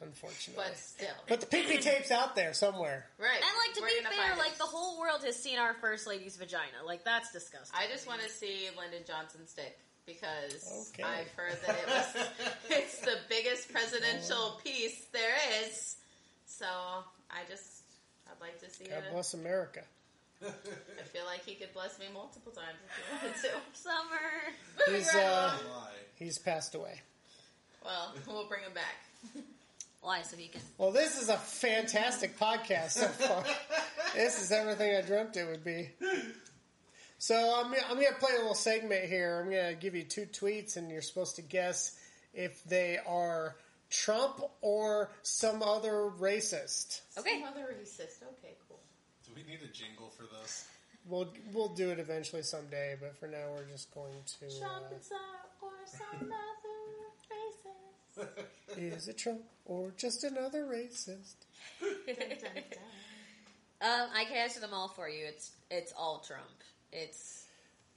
Speaker 3: Unfortunately,
Speaker 1: But still,
Speaker 3: but the pee tape's out there somewhere.
Speaker 1: right?
Speaker 4: And like to
Speaker 1: we're
Speaker 4: be
Speaker 1: gonna
Speaker 4: fair,
Speaker 1: find
Speaker 4: like
Speaker 1: it.
Speaker 4: the whole world has seen our first lady's vagina. Like that's disgusting.
Speaker 1: I just want to see Lyndon Johnson's dick because
Speaker 3: Okay.
Speaker 1: I've heard that it was it's the biggest
Speaker 3: Oh.
Speaker 1: presidential piece there is. So I just I'd like to see
Speaker 3: God
Speaker 1: it.
Speaker 3: bless America.
Speaker 1: I feel like he could bless me multiple times if he wanted to.
Speaker 4: Summer.
Speaker 1: Moving
Speaker 3: He's,
Speaker 1: right
Speaker 3: uh,
Speaker 1: along.
Speaker 5: Why?
Speaker 3: He's passed away.
Speaker 1: Well, we'll bring him back.
Speaker 4: Why? So he can.
Speaker 3: Well, this is a fantastic podcast so far. this is everything I dreamt it would be. So I'm, I'm going to play a little segment here. I'm going to give you two tweets, and you're supposed to guess if they are Trump or some other racist.
Speaker 4: Okay.
Speaker 1: Some other racist. Okay, cool.
Speaker 5: Do we need a jingle for this?
Speaker 3: We'll we'll do it eventually someday, but for now we're just going to. Uh,
Speaker 1: or some other racist.
Speaker 3: uh, is it Trump or just another racist?
Speaker 4: Um, I can answer them all for you. It's it's all Trump. It's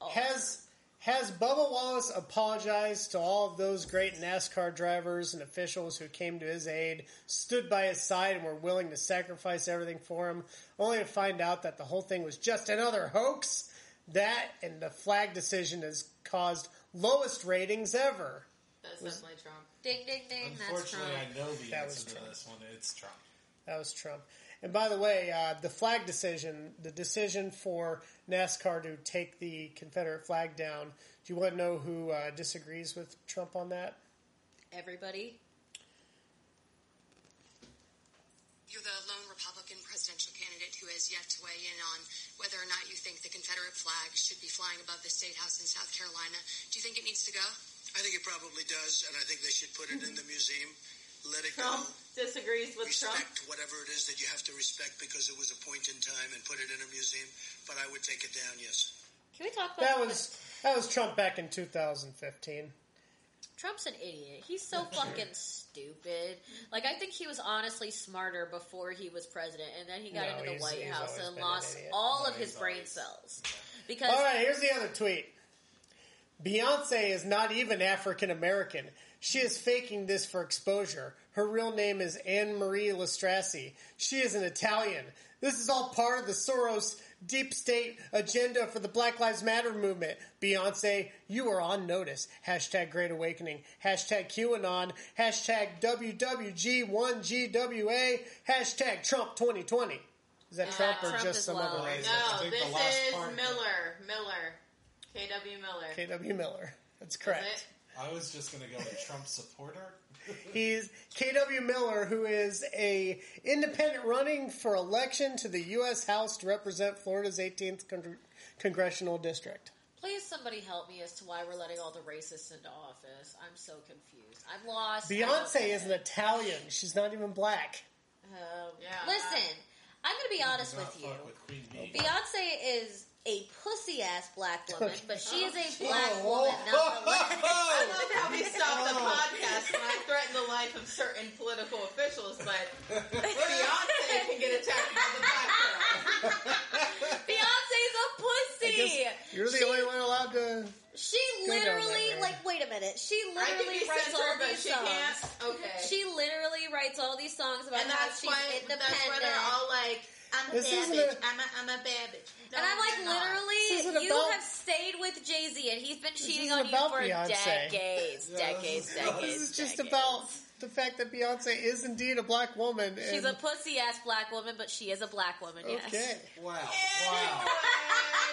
Speaker 4: all
Speaker 3: Has has Bubba Wallace apologized to all of those great NASCAR drivers and officials who came to his aid, stood by his side, and were willing to sacrifice everything for him, only to find out that the whole thing was just another hoax? That and the flag decision has caused lowest ratings ever.
Speaker 1: That's definitely Trump.
Speaker 4: ding ding ding. That's Trump.
Speaker 5: Unfortunately, I know the
Speaker 3: That was
Speaker 5: answer to
Speaker 3: Trump.
Speaker 5: this one. It's Trump.
Speaker 3: That was Trump. And by the way, uh, the flag decision, the decision for NASCAR to take the Confederate flag down, do you want to know who uh, disagrees with Trump on that?
Speaker 4: Everybody.
Speaker 6: You're the lone Republican presidential candidate who has yet to weigh in on whether or not you think the Confederate flag should be flying above the state house in South Carolina. Do you think it needs to go?
Speaker 7: I think it probably does, and I think they should put it in the museum. Let it go.
Speaker 1: Trump disagrees with Trump.
Speaker 7: Respect whatever it is that you have to respect because it was a point in time and put it in a museum. But I would take it down, yes.
Speaker 4: Can we talk about
Speaker 3: That was that was Trump back in 2015.
Speaker 4: Trump's an idiot. He's so fucking stupid. Like I think he was honestly smarter before he was president, and then he got
Speaker 3: No,
Speaker 4: into the
Speaker 3: he's-
Speaker 4: White
Speaker 3: he's
Speaker 4: House
Speaker 3: always
Speaker 4: and
Speaker 3: been an
Speaker 4: lost
Speaker 3: idiot.
Speaker 4: all
Speaker 5: No,
Speaker 4: of his
Speaker 5: he's
Speaker 4: brain
Speaker 5: always-
Speaker 4: cells because
Speaker 3: All right, here's the other tweet. Beyonce is not even African American. She is faking this for exposure. Her real name is Anne Marie Lestrassi. She is an Italian. This is all part of the Soros deep state agenda for the Black Lives Matter movement. Beyonce, you are on notice. Hashtag Great Awakening. Hashtag QAnon. Hashtag WWG1GWA. Hashtag Trump 2020. Is that Trump or
Speaker 4: Uh, Trump
Speaker 3: just
Speaker 4: as
Speaker 3: some
Speaker 4: well.
Speaker 3: other
Speaker 5: Right.
Speaker 3: racist?
Speaker 5: I
Speaker 1: No,
Speaker 5: think the
Speaker 1: this
Speaker 5: last
Speaker 1: is
Speaker 5: part-
Speaker 1: Miller. Miller. K.W. Miller.
Speaker 3: KW Miller. That's
Speaker 1: Is
Speaker 3: correct.
Speaker 1: it?
Speaker 5: I was just going to go with Trump supporter.
Speaker 3: He's KW Miller, who is a independent running for election to the U.S. House to represent Florida's 18th con- congressional district.
Speaker 4: please somebody help me as to why we're letting all the racists into office. I'm so confused. I'm lost.
Speaker 3: Beyonce is an Italian. She's not even black.
Speaker 4: Um,
Speaker 1: Yeah.
Speaker 4: Listen, I'm gonna be honest
Speaker 5: Do not
Speaker 4: with you.
Speaker 5: fuck with Queen Bee.
Speaker 4: Beyonce is a pussy ass black woman, but she is a black
Speaker 5: Oh,
Speaker 4: woman.
Speaker 5: oh,
Speaker 4: Not the
Speaker 5: oh, oh.
Speaker 1: I love how we stopped the podcast when I threatened the life of certain political officials, but Beyonce can get attacked by the black girl.
Speaker 4: Beyonce's a
Speaker 3: I guess
Speaker 4: pussy.
Speaker 3: You're the
Speaker 4: she,
Speaker 3: only one allowed to.
Speaker 4: She
Speaker 3: Go down that
Speaker 4: literally,
Speaker 3: road.
Speaker 4: like, wait a minute. She
Speaker 1: I can
Speaker 4: literally
Speaker 1: be
Speaker 4: writes
Speaker 1: censored,
Speaker 4: all
Speaker 1: but
Speaker 4: these
Speaker 1: she
Speaker 4: songs.
Speaker 1: can't. Okay.
Speaker 4: She literally writes all these songs about
Speaker 1: and
Speaker 4: how
Speaker 1: that's
Speaker 4: she's
Speaker 1: why,
Speaker 4: independent.
Speaker 1: that's why they're all like, I'm a
Speaker 3: This
Speaker 1: bad
Speaker 3: isn't
Speaker 1: bitch.
Speaker 3: a-
Speaker 1: I'm a, I'm a bad bitch.
Speaker 4: and I'm like,
Speaker 1: Don't knock.
Speaker 3: This
Speaker 4: literally,
Speaker 3: isn't
Speaker 4: you
Speaker 3: about-
Speaker 4: have stayed with Jay Z, and he's been cheating
Speaker 3: isn't
Speaker 4: on you
Speaker 3: about
Speaker 4: for
Speaker 3: Beyonce.
Speaker 4: decades,
Speaker 5: Yeah,
Speaker 4: decades,
Speaker 5: this is-
Speaker 4: decades.
Speaker 3: This is just
Speaker 4: decades.
Speaker 3: about the fact that Beyonce is indeed a black woman.
Speaker 4: She's a
Speaker 3: and-
Speaker 4: pussy ass black woman, but she is a black woman. Yes.
Speaker 3: okay.
Speaker 5: Wow. Wow.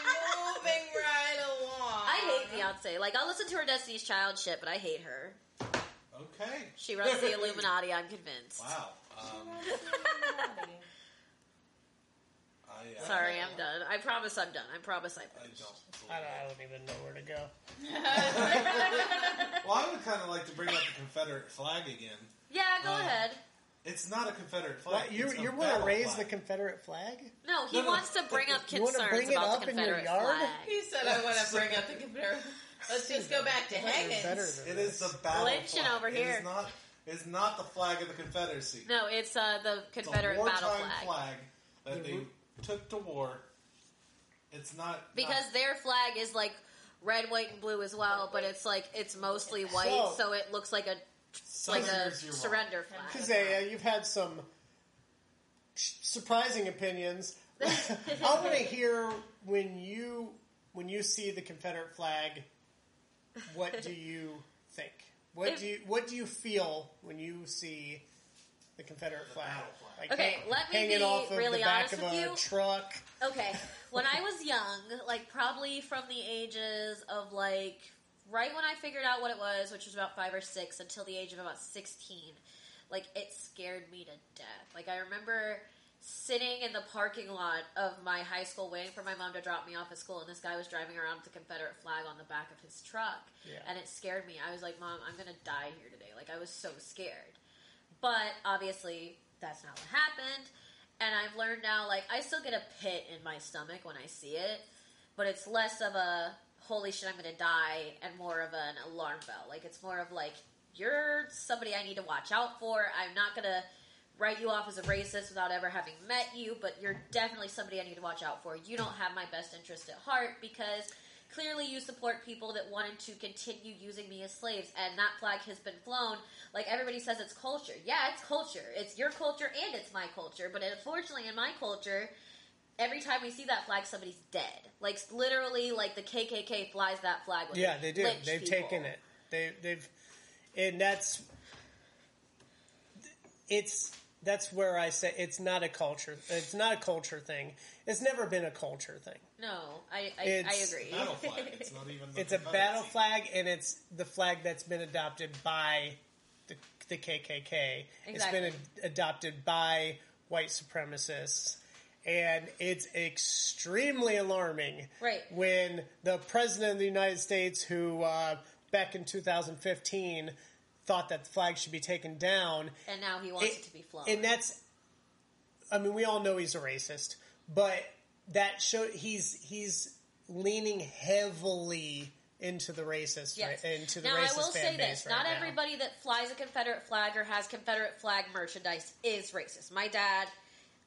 Speaker 1: Anyway, moving right along.
Speaker 4: I hate Beyonce. Like I'll listen to her Destiny's Child shit, but I hate her.
Speaker 5: Okay.
Speaker 4: She runs the Illuminati. I'm convinced.
Speaker 5: Wow. Um, I, uh,
Speaker 4: Sorry, I'm done. I promise I'm done. I promise I'm
Speaker 5: I
Speaker 4: done.
Speaker 5: don't. believe
Speaker 3: I don't, I don't even know where to go.
Speaker 5: it. Well, I would kind of like to bring up the Confederate flag again.
Speaker 4: Yeah, go
Speaker 5: Uh,
Speaker 4: ahead.
Speaker 5: It's not a Confederate flag.
Speaker 3: What, you
Speaker 5: it's a
Speaker 3: you want to
Speaker 5: battle
Speaker 3: raise the
Speaker 5: flag.
Speaker 3: Confederate flag?
Speaker 4: No, he
Speaker 5: no, no.
Speaker 4: wants to bring up
Speaker 3: You wanna
Speaker 4: concerns
Speaker 3: bring it
Speaker 4: about
Speaker 3: up
Speaker 4: the
Speaker 3: in your
Speaker 4: Confederate
Speaker 3: yard?
Speaker 4: flag.
Speaker 1: He said I want to bring up the comparison. Let's just go back to
Speaker 3: You're better
Speaker 1: Higgins.
Speaker 3: than
Speaker 5: It
Speaker 3: this.
Speaker 5: is the battle
Speaker 4: Lynching
Speaker 5: flag.
Speaker 4: over
Speaker 5: It
Speaker 4: here.
Speaker 5: is not. It's not the flag of the Confederacy.
Speaker 4: No, it's uh, the
Speaker 5: It's
Speaker 4: Confederate
Speaker 5: a
Speaker 4: battle
Speaker 5: wartime
Speaker 4: flag.
Speaker 5: that
Speaker 3: The
Speaker 5: they
Speaker 3: ru-
Speaker 5: took to war. It's not
Speaker 4: Because
Speaker 5: not-
Speaker 4: their flag is like red, white, and blue as well, but it's like it's mostly white,
Speaker 3: So-
Speaker 4: so it looks like a
Speaker 5: some
Speaker 4: like a
Speaker 5: years you're wrong.
Speaker 4: surrender flag.
Speaker 3: Kazea, you've had some sh- surprising opinions. I want to hear when you when you see the Confederate flag. What do you think? What
Speaker 4: If-
Speaker 3: do you, what do you feel when you see the Confederate flag?
Speaker 5: battle flag.
Speaker 3: Like
Speaker 4: Okay, let me
Speaker 3: hanging
Speaker 4: be
Speaker 3: off of
Speaker 4: really
Speaker 3: the back
Speaker 4: honest
Speaker 3: of
Speaker 4: with
Speaker 3: a
Speaker 4: you.
Speaker 3: truck.
Speaker 4: Okay, when I was young, like probably from the ages of like right when I figured out what it was, which was about five or six, until the age of about sixteen, like it scared me to death. Like I remember sitting in the parking lot of my high school waiting for my mom to drop me off at school, and this guy was driving around with the Confederate flag on the back of his truck,
Speaker 3: Yeah.
Speaker 4: and it scared me. I was like, "Mom, I'm gonna die here today." Like I was so scared, but obviously that's not what happened. And I've learned now, like I still get a pit in my stomach when I see it, but it's less of a holy shit, I'm gonna die, and more of an alarm bell. Like it's more of like you're somebody I need to watch out for. I'm not gonna write you off as a racist without ever having met you, but you're definitely somebody I need to watch out for. You don't have my best interest at heart because clearly you support people that wanted to continue using me as slaves, and that flag has been flown. Like everybody says, it's culture. Yeah, it's culture. It's your culture and it's my culture, but unfortunately, in my culture, every time we see that flag, somebody's dead. Like literally, like the KKK flies that flag. When
Speaker 3: Yeah, they do.
Speaker 4: lynch
Speaker 3: They've
Speaker 4: people.
Speaker 3: taken it. They, they've, and that's, it's that's where I say it's not a culture. It's not a culture thing. It's never been a culture thing.
Speaker 4: No, I I, I
Speaker 3: It's-
Speaker 4: agree.
Speaker 5: Battle flag. It's not even. The
Speaker 3: It's a
Speaker 5: Confederacy.
Speaker 3: battle flag, and it's the flag that's been adopted by the, the KKK. It's been
Speaker 4: Exactly.
Speaker 3: ad- adopted by white supremacists, and it's extremely alarming.
Speaker 4: Right.
Speaker 3: when the president of the United States, who uh, back in 2015 thought that the flag should be taken down,
Speaker 4: and now he wants it, to be flown.
Speaker 3: and that's, I mean, we all know he's a racist, but that show he's he's leaning heavily into the racist,
Speaker 4: Yes.
Speaker 3: right, into the
Speaker 4: now
Speaker 3: racist
Speaker 4: I will
Speaker 3: fan
Speaker 4: say
Speaker 3: base
Speaker 4: this:
Speaker 3: right
Speaker 4: not
Speaker 3: now.
Speaker 4: everybody that flies a Confederate flag or has Confederate flag merchandise is racist. My dad,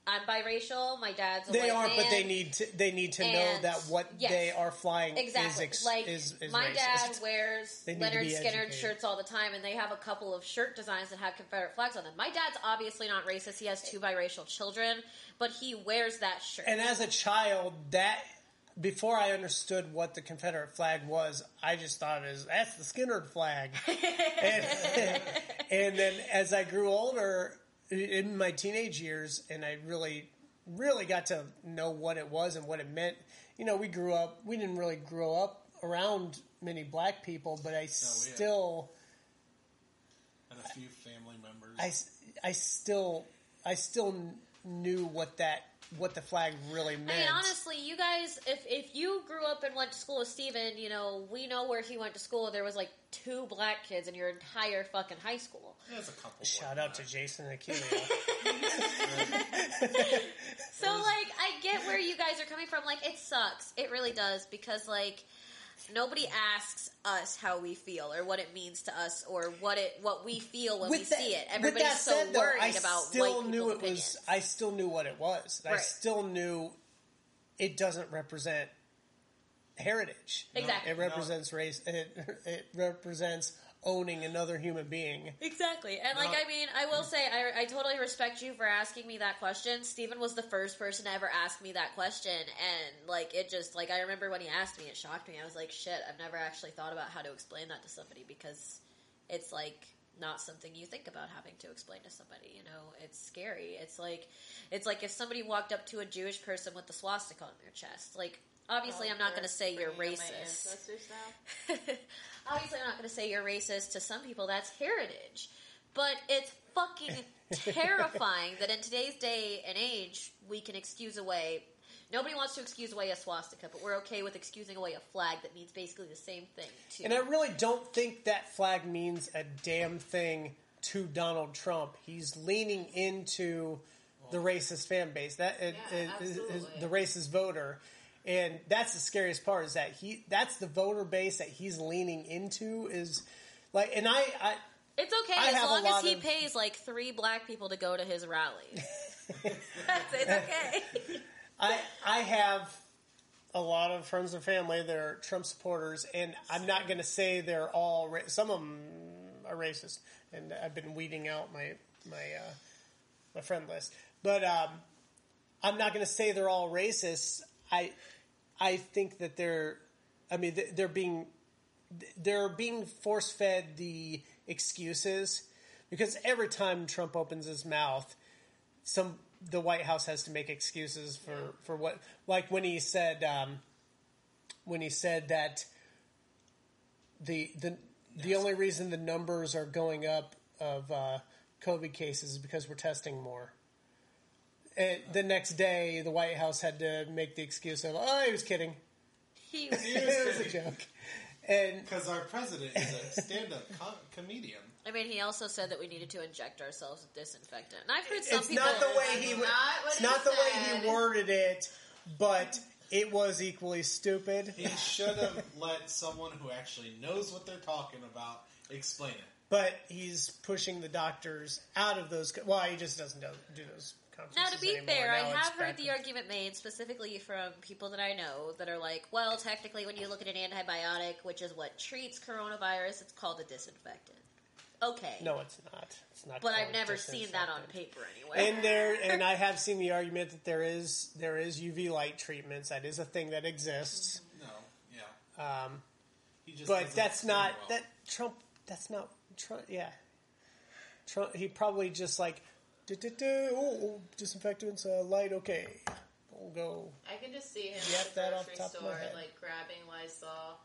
Speaker 4: I'm biracial. My dad's a
Speaker 3: They
Speaker 4: white
Speaker 3: are,
Speaker 4: man.
Speaker 3: but they need to. They need to know
Speaker 4: And-
Speaker 3: that what
Speaker 4: yes.
Speaker 3: they are flying is
Speaker 4: exactly
Speaker 3: ex-
Speaker 4: like
Speaker 3: is, is
Speaker 4: my
Speaker 3: racist.
Speaker 4: dad wears
Speaker 3: They need to
Speaker 4: Leonard
Speaker 3: be
Speaker 4: Skinner
Speaker 3: educated.
Speaker 4: shirts all the time, and they have a couple of shirt designs that have Confederate flags on them. My dad's obviously not racist. He has two biracial children, but he wears that shirt.
Speaker 3: and as a child, that before I understood what the Confederate flag was, I just thought it was that's the Skinner flag. and, and then as I grew older, in my teenage years, and I really, really got to know what it was and what it meant. You know, we grew up. We didn't really grow up around many black people, but I still.
Speaker 5: and a few family members.
Speaker 3: I, I still I still kn- knew what that what the flag really meant.
Speaker 4: I mean, honestly, you guys, if if you grew up and went to school with Steven, you know, we know where he went to school. There was like two black kids in your entire fucking high school.
Speaker 5: There's a couple.
Speaker 3: Shout
Speaker 5: like
Speaker 3: out to
Speaker 5: that.
Speaker 3: Jason Aquino.
Speaker 4: So, like, I get where you guys are coming from. Like, it sucks. It really does because, like, nobody asks us how we feel or what it means to us or what it what we feel when we
Speaker 3: that-
Speaker 4: see it.
Speaker 3: with
Speaker 4: Everybody's
Speaker 3: that
Speaker 4: so
Speaker 3: said, though,
Speaker 4: worried
Speaker 3: I
Speaker 4: about
Speaker 3: still
Speaker 4: white
Speaker 3: knew
Speaker 4: people's
Speaker 3: it
Speaker 4: opinions.
Speaker 3: was. I still knew what it was. I
Speaker 4: Right.
Speaker 3: still knew it doesn't represent heritage.
Speaker 4: Exactly.
Speaker 3: It represents race. It, it represents owning another human being.
Speaker 4: Exactly. And, like,
Speaker 5: No.
Speaker 4: I mean, I will say, I, I totally respect you for asking me that question. Steven was the first person to ever ask me that question. And, like, it just, like, I remember when he asked me, it shocked me. I was like, shit, I've never actually thought about how to explain that to somebody because it's, like, not something you think about having to explain to somebody, you know? It's scary. It's like, it's like if somebody walked up to a Jewish person with the swastika on their chest. Like,
Speaker 1: Oh,
Speaker 4: obviously, I'm not going to say you're
Speaker 1: Bringing up my
Speaker 4: racist.
Speaker 1: ancestors now.
Speaker 4: Obviously, I'm not going to say you're racist to some people. That's heritage. But it's fucking terrifying that in today's day and age, we can excuse away. Nobody wants to excuse away a swastika, but we're okay with excusing away a flag that means basically the same thing. Too.
Speaker 3: And I really don't think that flag means a damn thing to Donald Trump. He's leaning into the racist fan base, that it,
Speaker 1: Yeah,
Speaker 3: it- it-
Speaker 1: absolutely.
Speaker 3: the racist voter, and that's the scariest part is that he that's the voter base that he's leaning into is like, and I, I
Speaker 4: it's okay
Speaker 3: I
Speaker 4: as
Speaker 3: have a
Speaker 4: long as
Speaker 3: lot
Speaker 4: he
Speaker 3: of-
Speaker 4: pays like three black people to go to his rallies. That's it's okay.
Speaker 3: I I have a lot of friends and family that are Trump supporters, and I'm not going to say they're all. Ra- some of them are racist, and I've been weeding out my my uh, my friend list. But um, I'm not going to say they're all racist. I I think that they're. I mean, th- they're being they're being force fed the excuses because every time Trump opens his mouth, some the White House has to make excuses for for what like when he said um, when he said that the the the only reason the numbers are going up of uh, COVID cases is because we're testing more. it, the next day, the White House had to make the excuse of, "Oh, he was kidding.
Speaker 4: He was.
Speaker 3: It was a joke." And
Speaker 5: Because our president is a stand-up com- comedian.
Speaker 4: I mean, he also said that we needed to inject ourselves with disinfectant. And I've heard some
Speaker 3: it's
Speaker 4: people.
Speaker 3: not the way he
Speaker 1: That's not what
Speaker 3: it's
Speaker 1: he
Speaker 3: not the way
Speaker 1: said.
Speaker 3: he worded it, but it was equally stupid.
Speaker 5: He should have let someone who actually knows what they're talking about explain it.
Speaker 3: But he's pushing the doctors out of those. co- Well, he just doesn't do, do those.
Speaker 4: Now,
Speaker 3: conferences
Speaker 4: to be
Speaker 3: anymore.
Speaker 4: fair, I
Speaker 3: Now it's
Speaker 4: have heard
Speaker 3: back
Speaker 4: the
Speaker 3: to-
Speaker 4: argument made specifically from people that I know that are like, well, technically, when you look at an antibiotic, which is what treats coronavirus, it's called a disinfectant. Okay.
Speaker 3: No, it's not. It's not.
Speaker 4: But I've
Speaker 3: called
Speaker 4: never seen that on
Speaker 3: disinfectant.
Speaker 4: paper anyway.
Speaker 3: And there, and I have seen the argument that there is there is UV light treatments. That is a thing that exists.
Speaker 5: No, yeah.
Speaker 3: Um,
Speaker 5: He just
Speaker 3: but
Speaker 5: doesn't
Speaker 3: that's
Speaker 5: explain
Speaker 3: not
Speaker 5: well.
Speaker 3: that Trump. That's not Trump. Yeah, Trump. He probably just like "Du- du- du, oh, oh, disinfectants, uh, light. Okay, we'll go.
Speaker 1: I can just see him
Speaker 3: Yep,
Speaker 1: at the
Speaker 3: that off
Speaker 1: grocery
Speaker 3: top of my
Speaker 1: store,
Speaker 3: head.
Speaker 1: like grabbing Lysol,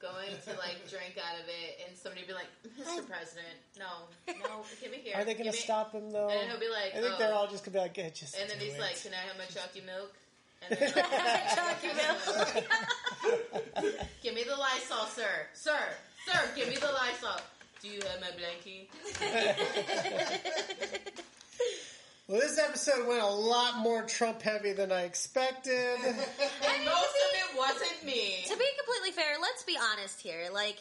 Speaker 1: going to like drink out of it, and somebody be like, "Mr. President, no, no, give me here."
Speaker 3: Are they going
Speaker 1: give
Speaker 3: to
Speaker 1: me-"
Speaker 3: stop him though?
Speaker 1: and he'll be like,
Speaker 3: I think
Speaker 1: "Oh."
Speaker 3: they're all just going to be like, yeah, just.
Speaker 1: And then
Speaker 3: do
Speaker 1: he's
Speaker 3: it."
Speaker 1: like, "Can I have my chalky milk?" And then like, give me the Lysol, sir, sir, sir, give me the Lysol. Do you have my blankie?
Speaker 3: well, this episode went a lot more Trump heavy than I expected.
Speaker 1: And most of it wasn't me.
Speaker 4: to be completely fair, let's be honest here. Like,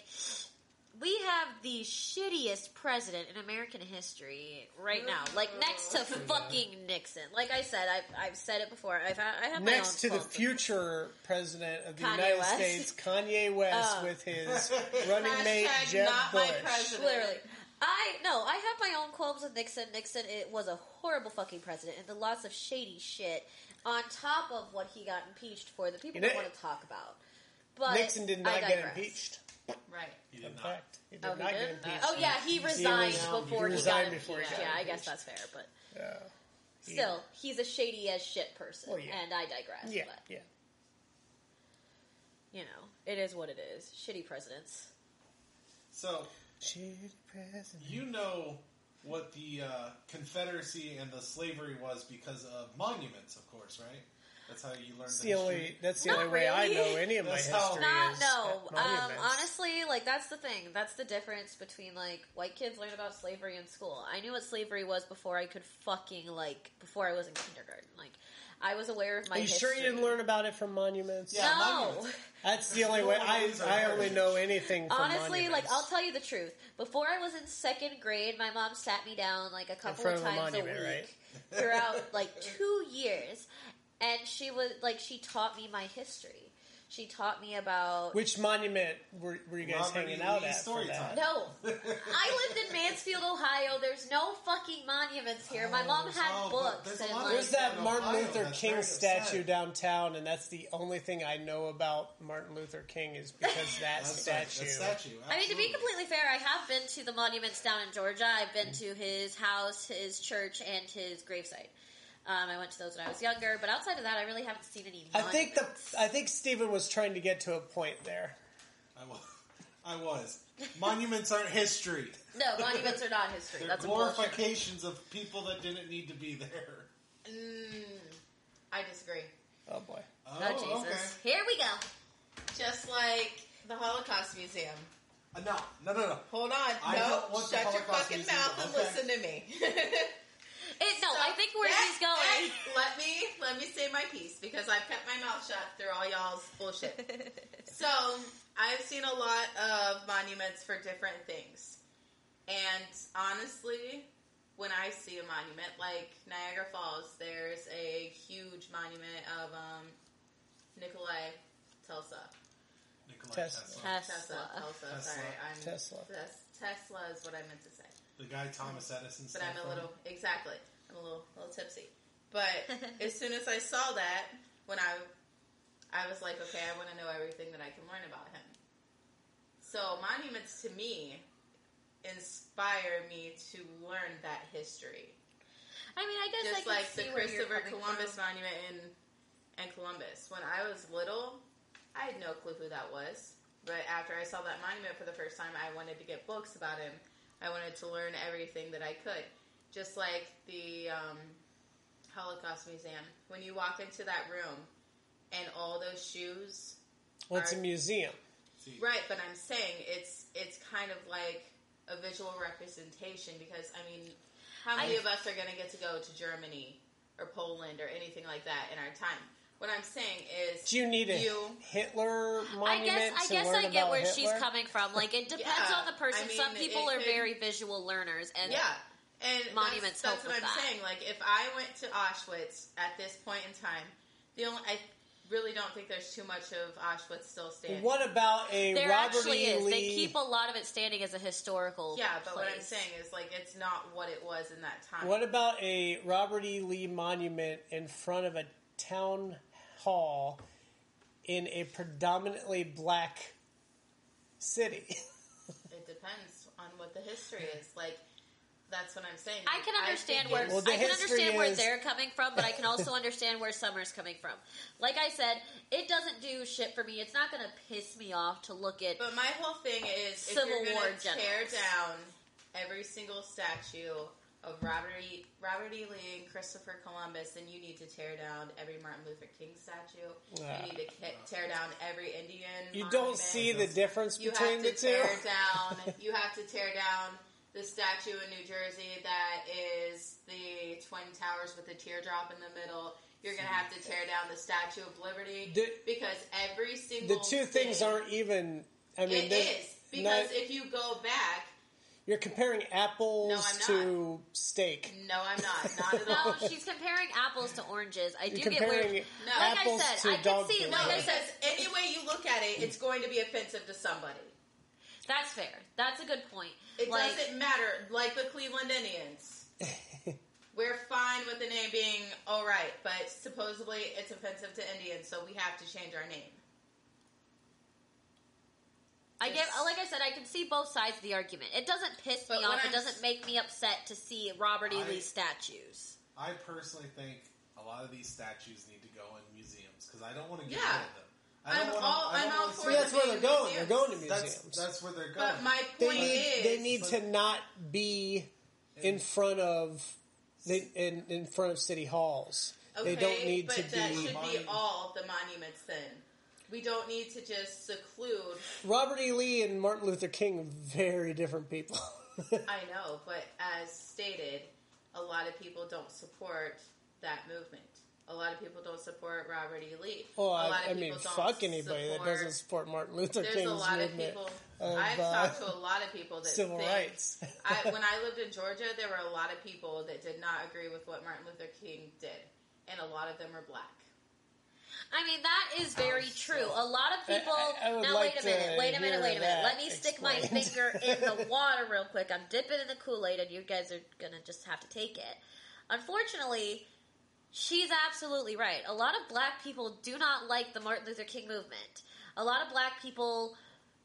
Speaker 4: we have the shittiest president in American history right now. Like, next to fucking Nixon. Like I said, I've, I've said it before. I've, I have my
Speaker 3: Next to
Speaker 4: own
Speaker 3: the
Speaker 4: faults.
Speaker 3: future president of the
Speaker 4: Kanye
Speaker 3: United
Speaker 4: West.
Speaker 3: States, Kanye West,
Speaker 4: Oh.
Speaker 3: with his running mate
Speaker 1: Hashtag
Speaker 3: Jeb
Speaker 1: not
Speaker 3: Bush.
Speaker 1: my president.
Speaker 4: Literally. I no, I have my own qualms with Nixon. Nixon it was a horrible fucking president and the lots of shady shit on top of what he got impeached for that people
Speaker 3: You know-
Speaker 4: don't want to talk about. But
Speaker 3: Nixon did not
Speaker 4: I
Speaker 3: get
Speaker 4: digress.
Speaker 3: impeached.
Speaker 1: Right.
Speaker 5: He
Speaker 3: In
Speaker 5: did not.
Speaker 3: fact, he did
Speaker 4: Oh,
Speaker 3: not
Speaker 4: he
Speaker 3: get
Speaker 4: did?
Speaker 3: impeached.
Speaker 4: oh yeah, he resigned
Speaker 3: was-
Speaker 4: before
Speaker 3: he
Speaker 4: he,
Speaker 3: resigned
Speaker 4: got
Speaker 3: before he
Speaker 4: impeached.
Speaker 3: got
Speaker 4: yeah, I
Speaker 3: impeached.
Speaker 4: guess that's fair, but
Speaker 3: Yeah.
Speaker 4: still, he's a shady as shit person,
Speaker 3: Well, yeah.
Speaker 4: and I digress.
Speaker 3: Yeah,
Speaker 4: But
Speaker 3: yeah.
Speaker 4: you know, it is what it is. Shitty presidents.
Speaker 5: So
Speaker 3: Shitty president.
Speaker 5: you know what the uh, Confederacy and the slavery was because of monuments, of course, right? That's how you learned
Speaker 3: That's
Speaker 5: the
Speaker 3: the
Speaker 5: history.
Speaker 3: only. That's the
Speaker 4: Not
Speaker 3: only way I
Speaker 4: really.
Speaker 3: know any of my
Speaker 5: That's
Speaker 3: history.
Speaker 5: how-
Speaker 4: not
Speaker 3: is
Speaker 4: no.
Speaker 3: at
Speaker 4: Um,
Speaker 3: monuments.
Speaker 4: honestly, like that's the thing. That's the difference between like white kids learn about slavery in school. I knew what slavery was before I could fucking like before I was in kindergarten. Like I was aware of my.
Speaker 3: Are you sure you
Speaker 4: history.
Speaker 3: didn't learn about it from monuments?
Speaker 5: Yeah.
Speaker 4: No.
Speaker 5: monuments.
Speaker 3: That's the only way. I
Speaker 5: Monuments are
Speaker 3: I only
Speaker 5: heritage.
Speaker 3: know anything. From
Speaker 4: Honestly, like
Speaker 3: monuments.
Speaker 4: I'll tell you the truth. Before I was in second grade, my mom sat me down like a couple
Speaker 3: front
Speaker 4: of
Speaker 3: of a
Speaker 4: times a,
Speaker 3: monument,
Speaker 4: week throughout like two years, and she was like she taught me my history. She taught me about
Speaker 3: Which monument were, were you guys
Speaker 5: Robert E.
Speaker 3: hanging out
Speaker 5: Lee
Speaker 3: at? for
Speaker 5: story
Speaker 3: that?
Speaker 5: time.
Speaker 4: No. I lived in Mansfield, Ohio. There's no fucking monuments here. My mom had
Speaker 5: oh, but
Speaker 4: books.
Speaker 5: there's a
Speaker 4: And,
Speaker 5: lot of-
Speaker 4: like,
Speaker 3: There's that
Speaker 5: Ohio,
Speaker 3: Martin Luther
Speaker 5: that's
Speaker 3: King
Speaker 5: very
Speaker 3: statue
Speaker 5: upsetting.
Speaker 3: downtown, and that's the only thing I know about Martin Luther King is because that
Speaker 5: That's right, that
Speaker 3: statue.
Speaker 5: statue.
Speaker 4: I mean, to be
Speaker 5: absolutely.
Speaker 4: completely fair, I have been to the monuments down in Georgia. I've been to his house, his church, and his gravesite. Um, I went to those when I was younger, but outside of that, I really haven't seen any.
Speaker 3: I think the
Speaker 4: monuments.
Speaker 3: I think Stephen was trying to get to a point there.
Speaker 5: I was. I was. Monuments aren't history.
Speaker 4: no monuments are not history.
Speaker 5: They're
Speaker 4: That's a bullshit.
Speaker 5: glorifications of people that didn't need to be there.
Speaker 1: I disagree.
Speaker 3: Oh boy.
Speaker 5: Oh,
Speaker 4: Oh Jesus! Here we go.
Speaker 1: Just like the Holocaust Museum.
Speaker 5: okay. Uh, no, no, no, no.
Speaker 1: Hold on.
Speaker 5: I don't
Speaker 1: no,
Speaker 5: want the
Speaker 1: shut your
Speaker 5: Holocaust
Speaker 1: fucking
Speaker 5: Museum.
Speaker 1: mouth and
Speaker 5: Okay.
Speaker 1: listen to me.
Speaker 4: It, no, I think where
Speaker 1: That-
Speaker 4: he's going.
Speaker 1: that- let me let me say my piece because I've kept my mouth shut through all y'all's bullshit. so I've seen a lot of monuments for different things, and honestly, when I see a monument like Niagara Falls, there's a huge monument of um, Nikolai Tesla.
Speaker 5: Nikolai
Speaker 3: Tesla.
Speaker 5: Tesla.
Speaker 1: Tesla.
Speaker 4: Tesla.
Speaker 1: Tesla.
Speaker 5: Tesla.
Speaker 1: Sorry, I'm
Speaker 3: Tesla.
Speaker 1: Tes- Tesla is what I meant to say.
Speaker 5: The guy Thomas Edison.
Speaker 1: But
Speaker 5: stole
Speaker 1: I'm a
Speaker 5: from.
Speaker 1: little exactly. I'm a little little tipsy. But as soon as I saw that, when I I was like, okay, I want to know everything that I can learn about him. So monuments to me inspire me to learn that history,
Speaker 4: I mean, I guess I
Speaker 1: just
Speaker 4: can
Speaker 1: like
Speaker 4: see
Speaker 1: the
Speaker 4: where you're
Speaker 1: Christopher
Speaker 4: coming
Speaker 1: Columbus
Speaker 4: from.
Speaker 1: monument in and Columbus. When I was little, I had no clue who that was. But after I saw that monument for the first time, I wanted to get books about him. I wanted to learn everything that I could. Just like the um, Holocaust Museum. When you walk into that room and all those shoes
Speaker 3: Well, it's a
Speaker 1: Alright.
Speaker 3: museum.
Speaker 5: See,
Speaker 1: Right, but I'm saying it's it's kind of like a visual representation because I mean, how many
Speaker 4: I-
Speaker 1: of us are going to get to go to Germany or Poland or anything like that in our time? What I'm saying is,
Speaker 3: Do you need a
Speaker 1: You-
Speaker 3: Hitler
Speaker 4: I
Speaker 3: monument
Speaker 4: guess I
Speaker 3: to
Speaker 4: guess
Speaker 3: learn
Speaker 4: I get
Speaker 3: about
Speaker 4: where
Speaker 3: Hitler?
Speaker 4: she's coming from. Like it depends
Speaker 1: Yeah,
Speaker 4: on the person.
Speaker 1: I mean,
Speaker 4: Some people
Speaker 1: it
Speaker 4: are
Speaker 1: could-
Speaker 4: very visual learners, and
Speaker 1: yeah, and
Speaker 4: Monuments
Speaker 1: That's, that's
Speaker 4: help
Speaker 1: what I'm
Speaker 4: with that.
Speaker 1: saying. Like, if I went to Auschwitz at this point in time, the only I really don't think there's too much of Auschwitz still standing.
Speaker 3: What about a
Speaker 4: there
Speaker 3: Robert
Speaker 4: actually
Speaker 3: E.
Speaker 4: is.
Speaker 3: Lee?
Speaker 4: They keep a lot of it standing as a historical.
Speaker 1: Yeah, but what I'm
Speaker 4: place.
Speaker 1: saying is, like, it's not what it was in that time.
Speaker 3: What about a Robert E. Lee monument in front of a town hall in a predominantly black city?
Speaker 1: It depends on what the history is. Like, that's what I'm saying.
Speaker 4: I can understand
Speaker 1: think
Speaker 4: where
Speaker 1: it's-
Speaker 3: Well, the
Speaker 4: I can
Speaker 3: history
Speaker 4: understand where
Speaker 3: is-
Speaker 4: they're coming from, but I can also understand where Summer's coming from. Like I said, it doesn't do shit for me. It's not going to piss me off to look at.
Speaker 1: But my whole thing is
Speaker 4: Civil
Speaker 1: if you're
Speaker 4: War
Speaker 1: going to tear
Speaker 4: generals.
Speaker 1: down every single statue of Robert E. Robert E. Lee and Christopher Columbus, then you need to tear down every Martin Luther King statue.
Speaker 3: Yeah.
Speaker 1: You need to ca- tear down every Indian.
Speaker 3: You
Speaker 1: monument.
Speaker 3: don't see the difference
Speaker 1: You
Speaker 3: between
Speaker 1: have
Speaker 3: the
Speaker 1: to
Speaker 3: two.
Speaker 1: tear down. You have to tear down the statue in New Jersey that is the Twin Towers with the teardrop in the middle. You're gonna have to tear down the Statue of Liberty
Speaker 3: The-
Speaker 1: because every single
Speaker 3: The two things
Speaker 1: thing-
Speaker 3: aren't even. I mean,
Speaker 1: it
Speaker 3: there's
Speaker 1: is because
Speaker 3: not-
Speaker 1: if you go back,
Speaker 3: you're comparing apples
Speaker 1: No, I'm
Speaker 3: to steak.
Speaker 1: no, I'm not, not at all.
Speaker 4: No, she's comparing apples to oranges. I do
Speaker 3: You're
Speaker 4: get where.
Speaker 3: comparing
Speaker 4: Like
Speaker 3: apples
Speaker 4: I
Speaker 3: to
Speaker 4: said, I can
Speaker 3: dog
Speaker 4: see.
Speaker 3: food.
Speaker 4: Like I
Speaker 1: Because
Speaker 4: said,
Speaker 1: any way you look at it, it's going to be offensive to somebody.
Speaker 4: that's fair. That's a good point.
Speaker 1: It
Speaker 4: like,
Speaker 1: doesn't matter. Like the Cleveland Indians, we're fine with the name being all right, but supposedly it's offensive to Indians, so we have to change our name.
Speaker 4: I get, like I said, I can see both sides of the argument. It doesn't piss me
Speaker 1: But
Speaker 4: off.
Speaker 1: when
Speaker 4: It
Speaker 1: I'm-
Speaker 4: doesn't make me upset to see Robert E.
Speaker 5: I-
Speaker 4: Lee statues.
Speaker 5: I personally think a lot of these statues need to go in museums because I don't want to get
Speaker 1: Yeah.
Speaker 5: rid of them. I
Speaker 1: I'm
Speaker 5: don't wanna,
Speaker 1: all I'm
Speaker 5: I don't
Speaker 1: all
Speaker 5: wanna
Speaker 1: for
Speaker 5: see
Speaker 3: that's
Speaker 1: the
Speaker 5: them.
Speaker 3: where they're going.
Speaker 1: museums.
Speaker 3: They're going to
Speaker 5: That's
Speaker 3: museums.
Speaker 5: that's where they're going.
Speaker 1: But my
Speaker 3: Oh, they
Speaker 1: point
Speaker 3: need
Speaker 1: is,
Speaker 3: they need
Speaker 5: but-
Speaker 3: to not be in front of they, in in front of city halls.
Speaker 1: Okay,
Speaker 3: they don't need
Speaker 1: but
Speaker 3: to
Speaker 1: that
Speaker 3: be.
Speaker 1: should be
Speaker 5: Monu-
Speaker 1: all the monuments. Then we don't need to just seclude
Speaker 3: Robert E. Lee and Martin Luther King, are very different people.
Speaker 1: I know, but as stated, a lot of people don't support that movement. A lot of people don't support Robert E. Lee.
Speaker 3: well,
Speaker 1: a lot
Speaker 3: Oh, I, I mean, fuck anybody that doesn't support Martin Luther
Speaker 1: There's
Speaker 3: King's
Speaker 1: a lot of
Speaker 3: movement
Speaker 1: people.
Speaker 3: of,
Speaker 1: I've
Speaker 3: uh,
Speaker 1: talked to a lot of people that
Speaker 3: civil
Speaker 1: think,
Speaker 3: rights.
Speaker 1: I, when I lived in Georgia, there were a lot of people that did not agree with what Martin Luther King did, and a lot of them were black.
Speaker 4: I mean, that is very true. A lot of people.
Speaker 3: I- I would
Speaker 4: now,
Speaker 3: like
Speaker 4: wait a
Speaker 3: to
Speaker 4: minute. Wait a
Speaker 3: hear
Speaker 4: minute. Wait a minute.
Speaker 3: that
Speaker 4: Let me stick my
Speaker 3: explained.
Speaker 4: finger in the water real quick. I'm dipping in the Kool Aid, and you guys are gonna just have to take it. Unfortunately, she's absolutely right. A lot of black people do not like the Martin Luther King movement. A lot of black people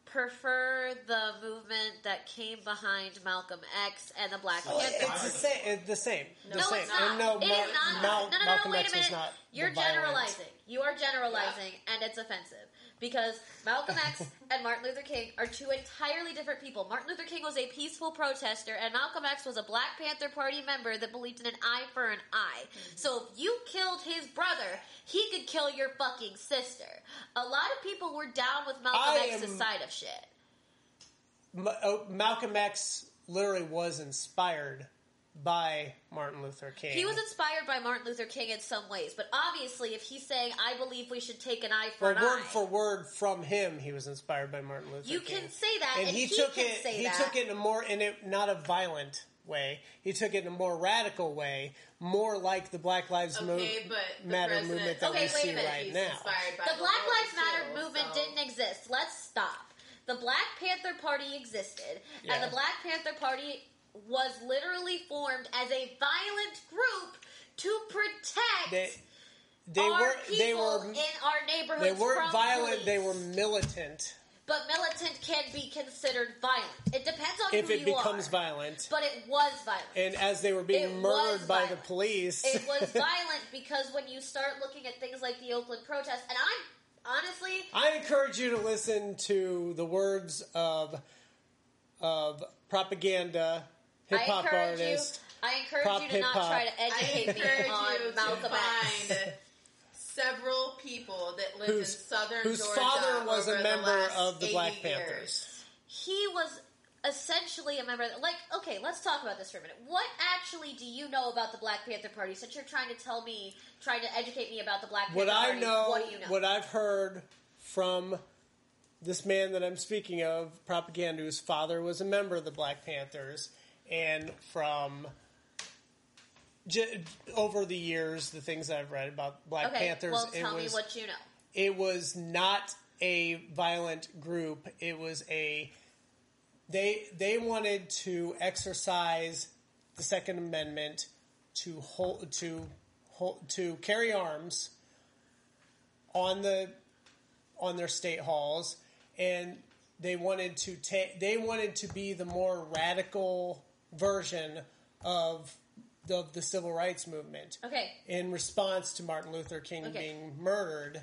Speaker 4: prefer the movement that came behind Malcolm X and the Black
Speaker 3: Well,
Speaker 4: Panther.
Speaker 3: it's the same. It's the same. The
Speaker 4: No,
Speaker 3: same.
Speaker 4: it's not.
Speaker 3: And no,
Speaker 4: It is
Speaker 3: Mar- Mal-
Speaker 4: not. no, no, no, no,
Speaker 3: Malcolm
Speaker 4: wait
Speaker 3: X
Speaker 4: a minute.
Speaker 3: was not. the
Speaker 4: You're
Speaker 3: violent.
Speaker 4: generalizing. You are generalizing, and it's offensive because Malcolm X and Martin Luther King are two entirely different people. Martin Luther King was a peaceful protester, and Malcolm X was a Black Panther Party member that believed in an eye for an eye.
Speaker 3: Mm-hmm.
Speaker 4: So if you killed his brother, he could kill your fucking sister. A lot of people were down with Malcolm
Speaker 3: I
Speaker 4: X's
Speaker 3: am-
Speaker 4: side of shit.
Speaker 3: Ma- oh, Malcolm X literally was inspired by Martin Luther King.
Speaker 4: He was inspired by Martin Luther King in some ways, but obviously, if he's saying, "I believe we should take an eye for
Speaker 3: Well,
Speaker 4: an
Speaker 3: word
Speaker 4: eye,"
Speaker 3: for word from him, he was inspired by Martin Luther
Speaker 4: You
Speaker 3: King.
Speaker 4: can say that, and he can
Speaker 3: it.
Speaker 4: say
Speaker 3: he
Speaker 4: that.
Speaker 3: took it in a more in it not a violent way. He took it in a more radical way, more like the Black Lives Mo-
Speaker 1: Okay, but the
Speaker 3: Matter
Speaker 1: president-
Speaker 3: movement that
Speaker 4: Okay,
Speaker 3: we
Speaker 4: wait a
Speaker 3: see
Speaker 4: minute.
Speaker 3: right
Speaker 1: He's
Speaker 3: now.
Speaker 1: inspired by
Speaker 4: the Black
Speaker 1: Lord,
Speaker 4: Lives Matter
Speaker 1: too, so-
Speaker 4: movement didn't exist. Let's stop. The Black Panther Party existed, and
Speaker 3: Yeah.
Speaker 4: the Black Panther Party was literally formed as a violent group to protect
Speaker 3: They, they
Speaker 4: our
Speaker 3: were
Speaker 4: people
Speaker 3: they were
Speaker 4: in our neighborhoods.
Speaker 3: they
Speaker 4: from
Speaker 3: weren't violent.
Speaker 4: police.
Speaker 3: They were militant.
Speaker 4: but militant can be considered violent. It depends on
Speaker 3: If
Speaker 4: who
Speaker 3: it
Speaker 4: you
Speaker 3: becomes
Speaker 4: are.
Speaker 3: violent,
Speaker 4: But it was violent.
Speaker 3: and as they were
Speaker 4: It
Speaker 3: being
Speaker 4: was
Speaker 3: murdered by the
Speaker 4: violent.
Speaker 3: police,
Speaker 4: it was violent because when you start looking at things like the Oakland protests, and I'm honestly,
Speaker 3: I encourage you to listen to the words of of propaganda hip hop
Speaker 4: I encourage
Speaker 3: artist
Speaker 4: you. I encourage
Speaker 3: Pop
Speaker 4: you to not
Speaker 3: hip-hop.
Speaker 4: try to
Speaker 1: I
Speaker 4: educate me
Speaker 1: encourage you
Speaker 4: on mouth
Speaker 1: to
Speaker 4: of X.
Speaker 1: find several people that lived
Speaker 3: Whose-
Speaker 1: in southern
Speaker 3: whose
Speaker 1: Georgia
Speaker 3: father was a
Speaker 1: over the
Speaker 3: member
Speaker 1: last
Speaker 3: of the
Speaker 1: 80 years.
Speaker 3: Black Panthers.
Speaker 4: He was essentially a member. Of the, like, okay, let's talk about this for a minute. What actually do you know about the Black Panther Party? Since you're trying to tell me, trying to educate me about the Black Panther
Speaker 3: What I
Speaker 4: Party,
Speaker 3: know,
Speaker 4: what do you know?
Speaker 3: what I've heard from this man that I'm speaking of, propaganda, whose father was a member of the Black Panthers, and from j- over the years, the things I've read about Black
Speaker 4: okay,
Speaker 3: Panthers,
Speaker 4: well,
Speaker 3: it
Speaker 4: tell
Speaker 3: was
Speaker 4: me what you know.
Speaker 3: it was not a violent group. It was a they they wanted to exercise the Second Amendment to hold to hold, to carry arms on the on their state halls, and they wanted to take they wanted to be the more radical version of the, of the civil rights movement
Speaker 4: Okay.
Speaker 3: in response to Martin Luther King
Speaker 4: Okay.
Speaker 3: being murdered,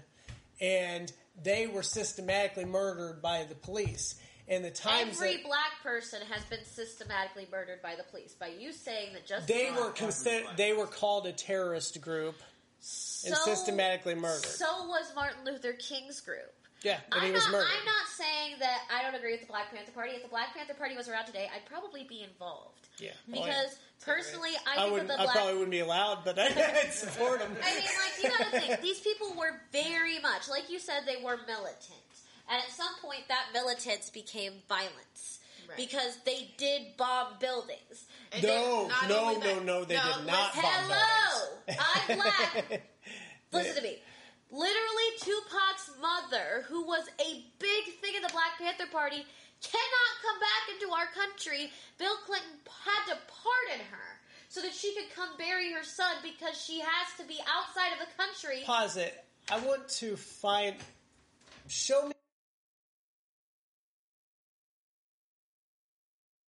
Speaker 3: and they were systematically murdered by the police. And the times
Speaker 4: Every
Speaker 3: that
Speaker 4: black person has been systematically murdered by the police. By you saying that just
Speaker 3: they
Speaker 4: one-
Speaker 3: were consider- they were called a terrorist group.
Speaker 4: so,
Speaker 3: and systematically murdered.
Speaker 4: So was Martin Luther King's group.
Speaker 3: Yeah, and
Speaker 4: I'm
Speaker 3: he was
Speaker 4: not,
Speaker 3: murdered.
Speaker 4: I'm not saying that I don't agree with the Black Panther Party. If the Black Panther Party was around today, I'd probably be involved.
Speaker 3: Yeah. Oh, yeah.
Speaker 4: Because personally, I,
Speaker 3: I
Speaker 4: think
Speaker 3: wouldn't.
Speaker 4: that
Speaker 3: I
Speaker 4: the Black
Speaker 3: probably wouldn't be allowed, but I'd support him.
Speaker 4: I mean, like, you gotta think, these people were very much, like you said, they were militant. And at some point, that militance became violence.
Speaker 1: Right.
Speaker 4: Because they did bomb buildings.
Speaker 1: And they-
Speaker 3: No,
Speaker 1: not
Speaker 3: no,
Speaker 1: only
Speaker 3: no,
Speaker 1: that-
Speaker 3: no. They did not
Speaker 1: listen,
Speaker 3: bomb buildings.
Speaker 4: Hello! I'm black. Listen to me. Literally, Tupac's mother, who was a big thing in the Black Panther Party, cannot come back into our country. Bill Clinton had to pardon her so that she could come bury her son because she has to be outside of the country.
Speaker 3: Pause it. I want to find. Show me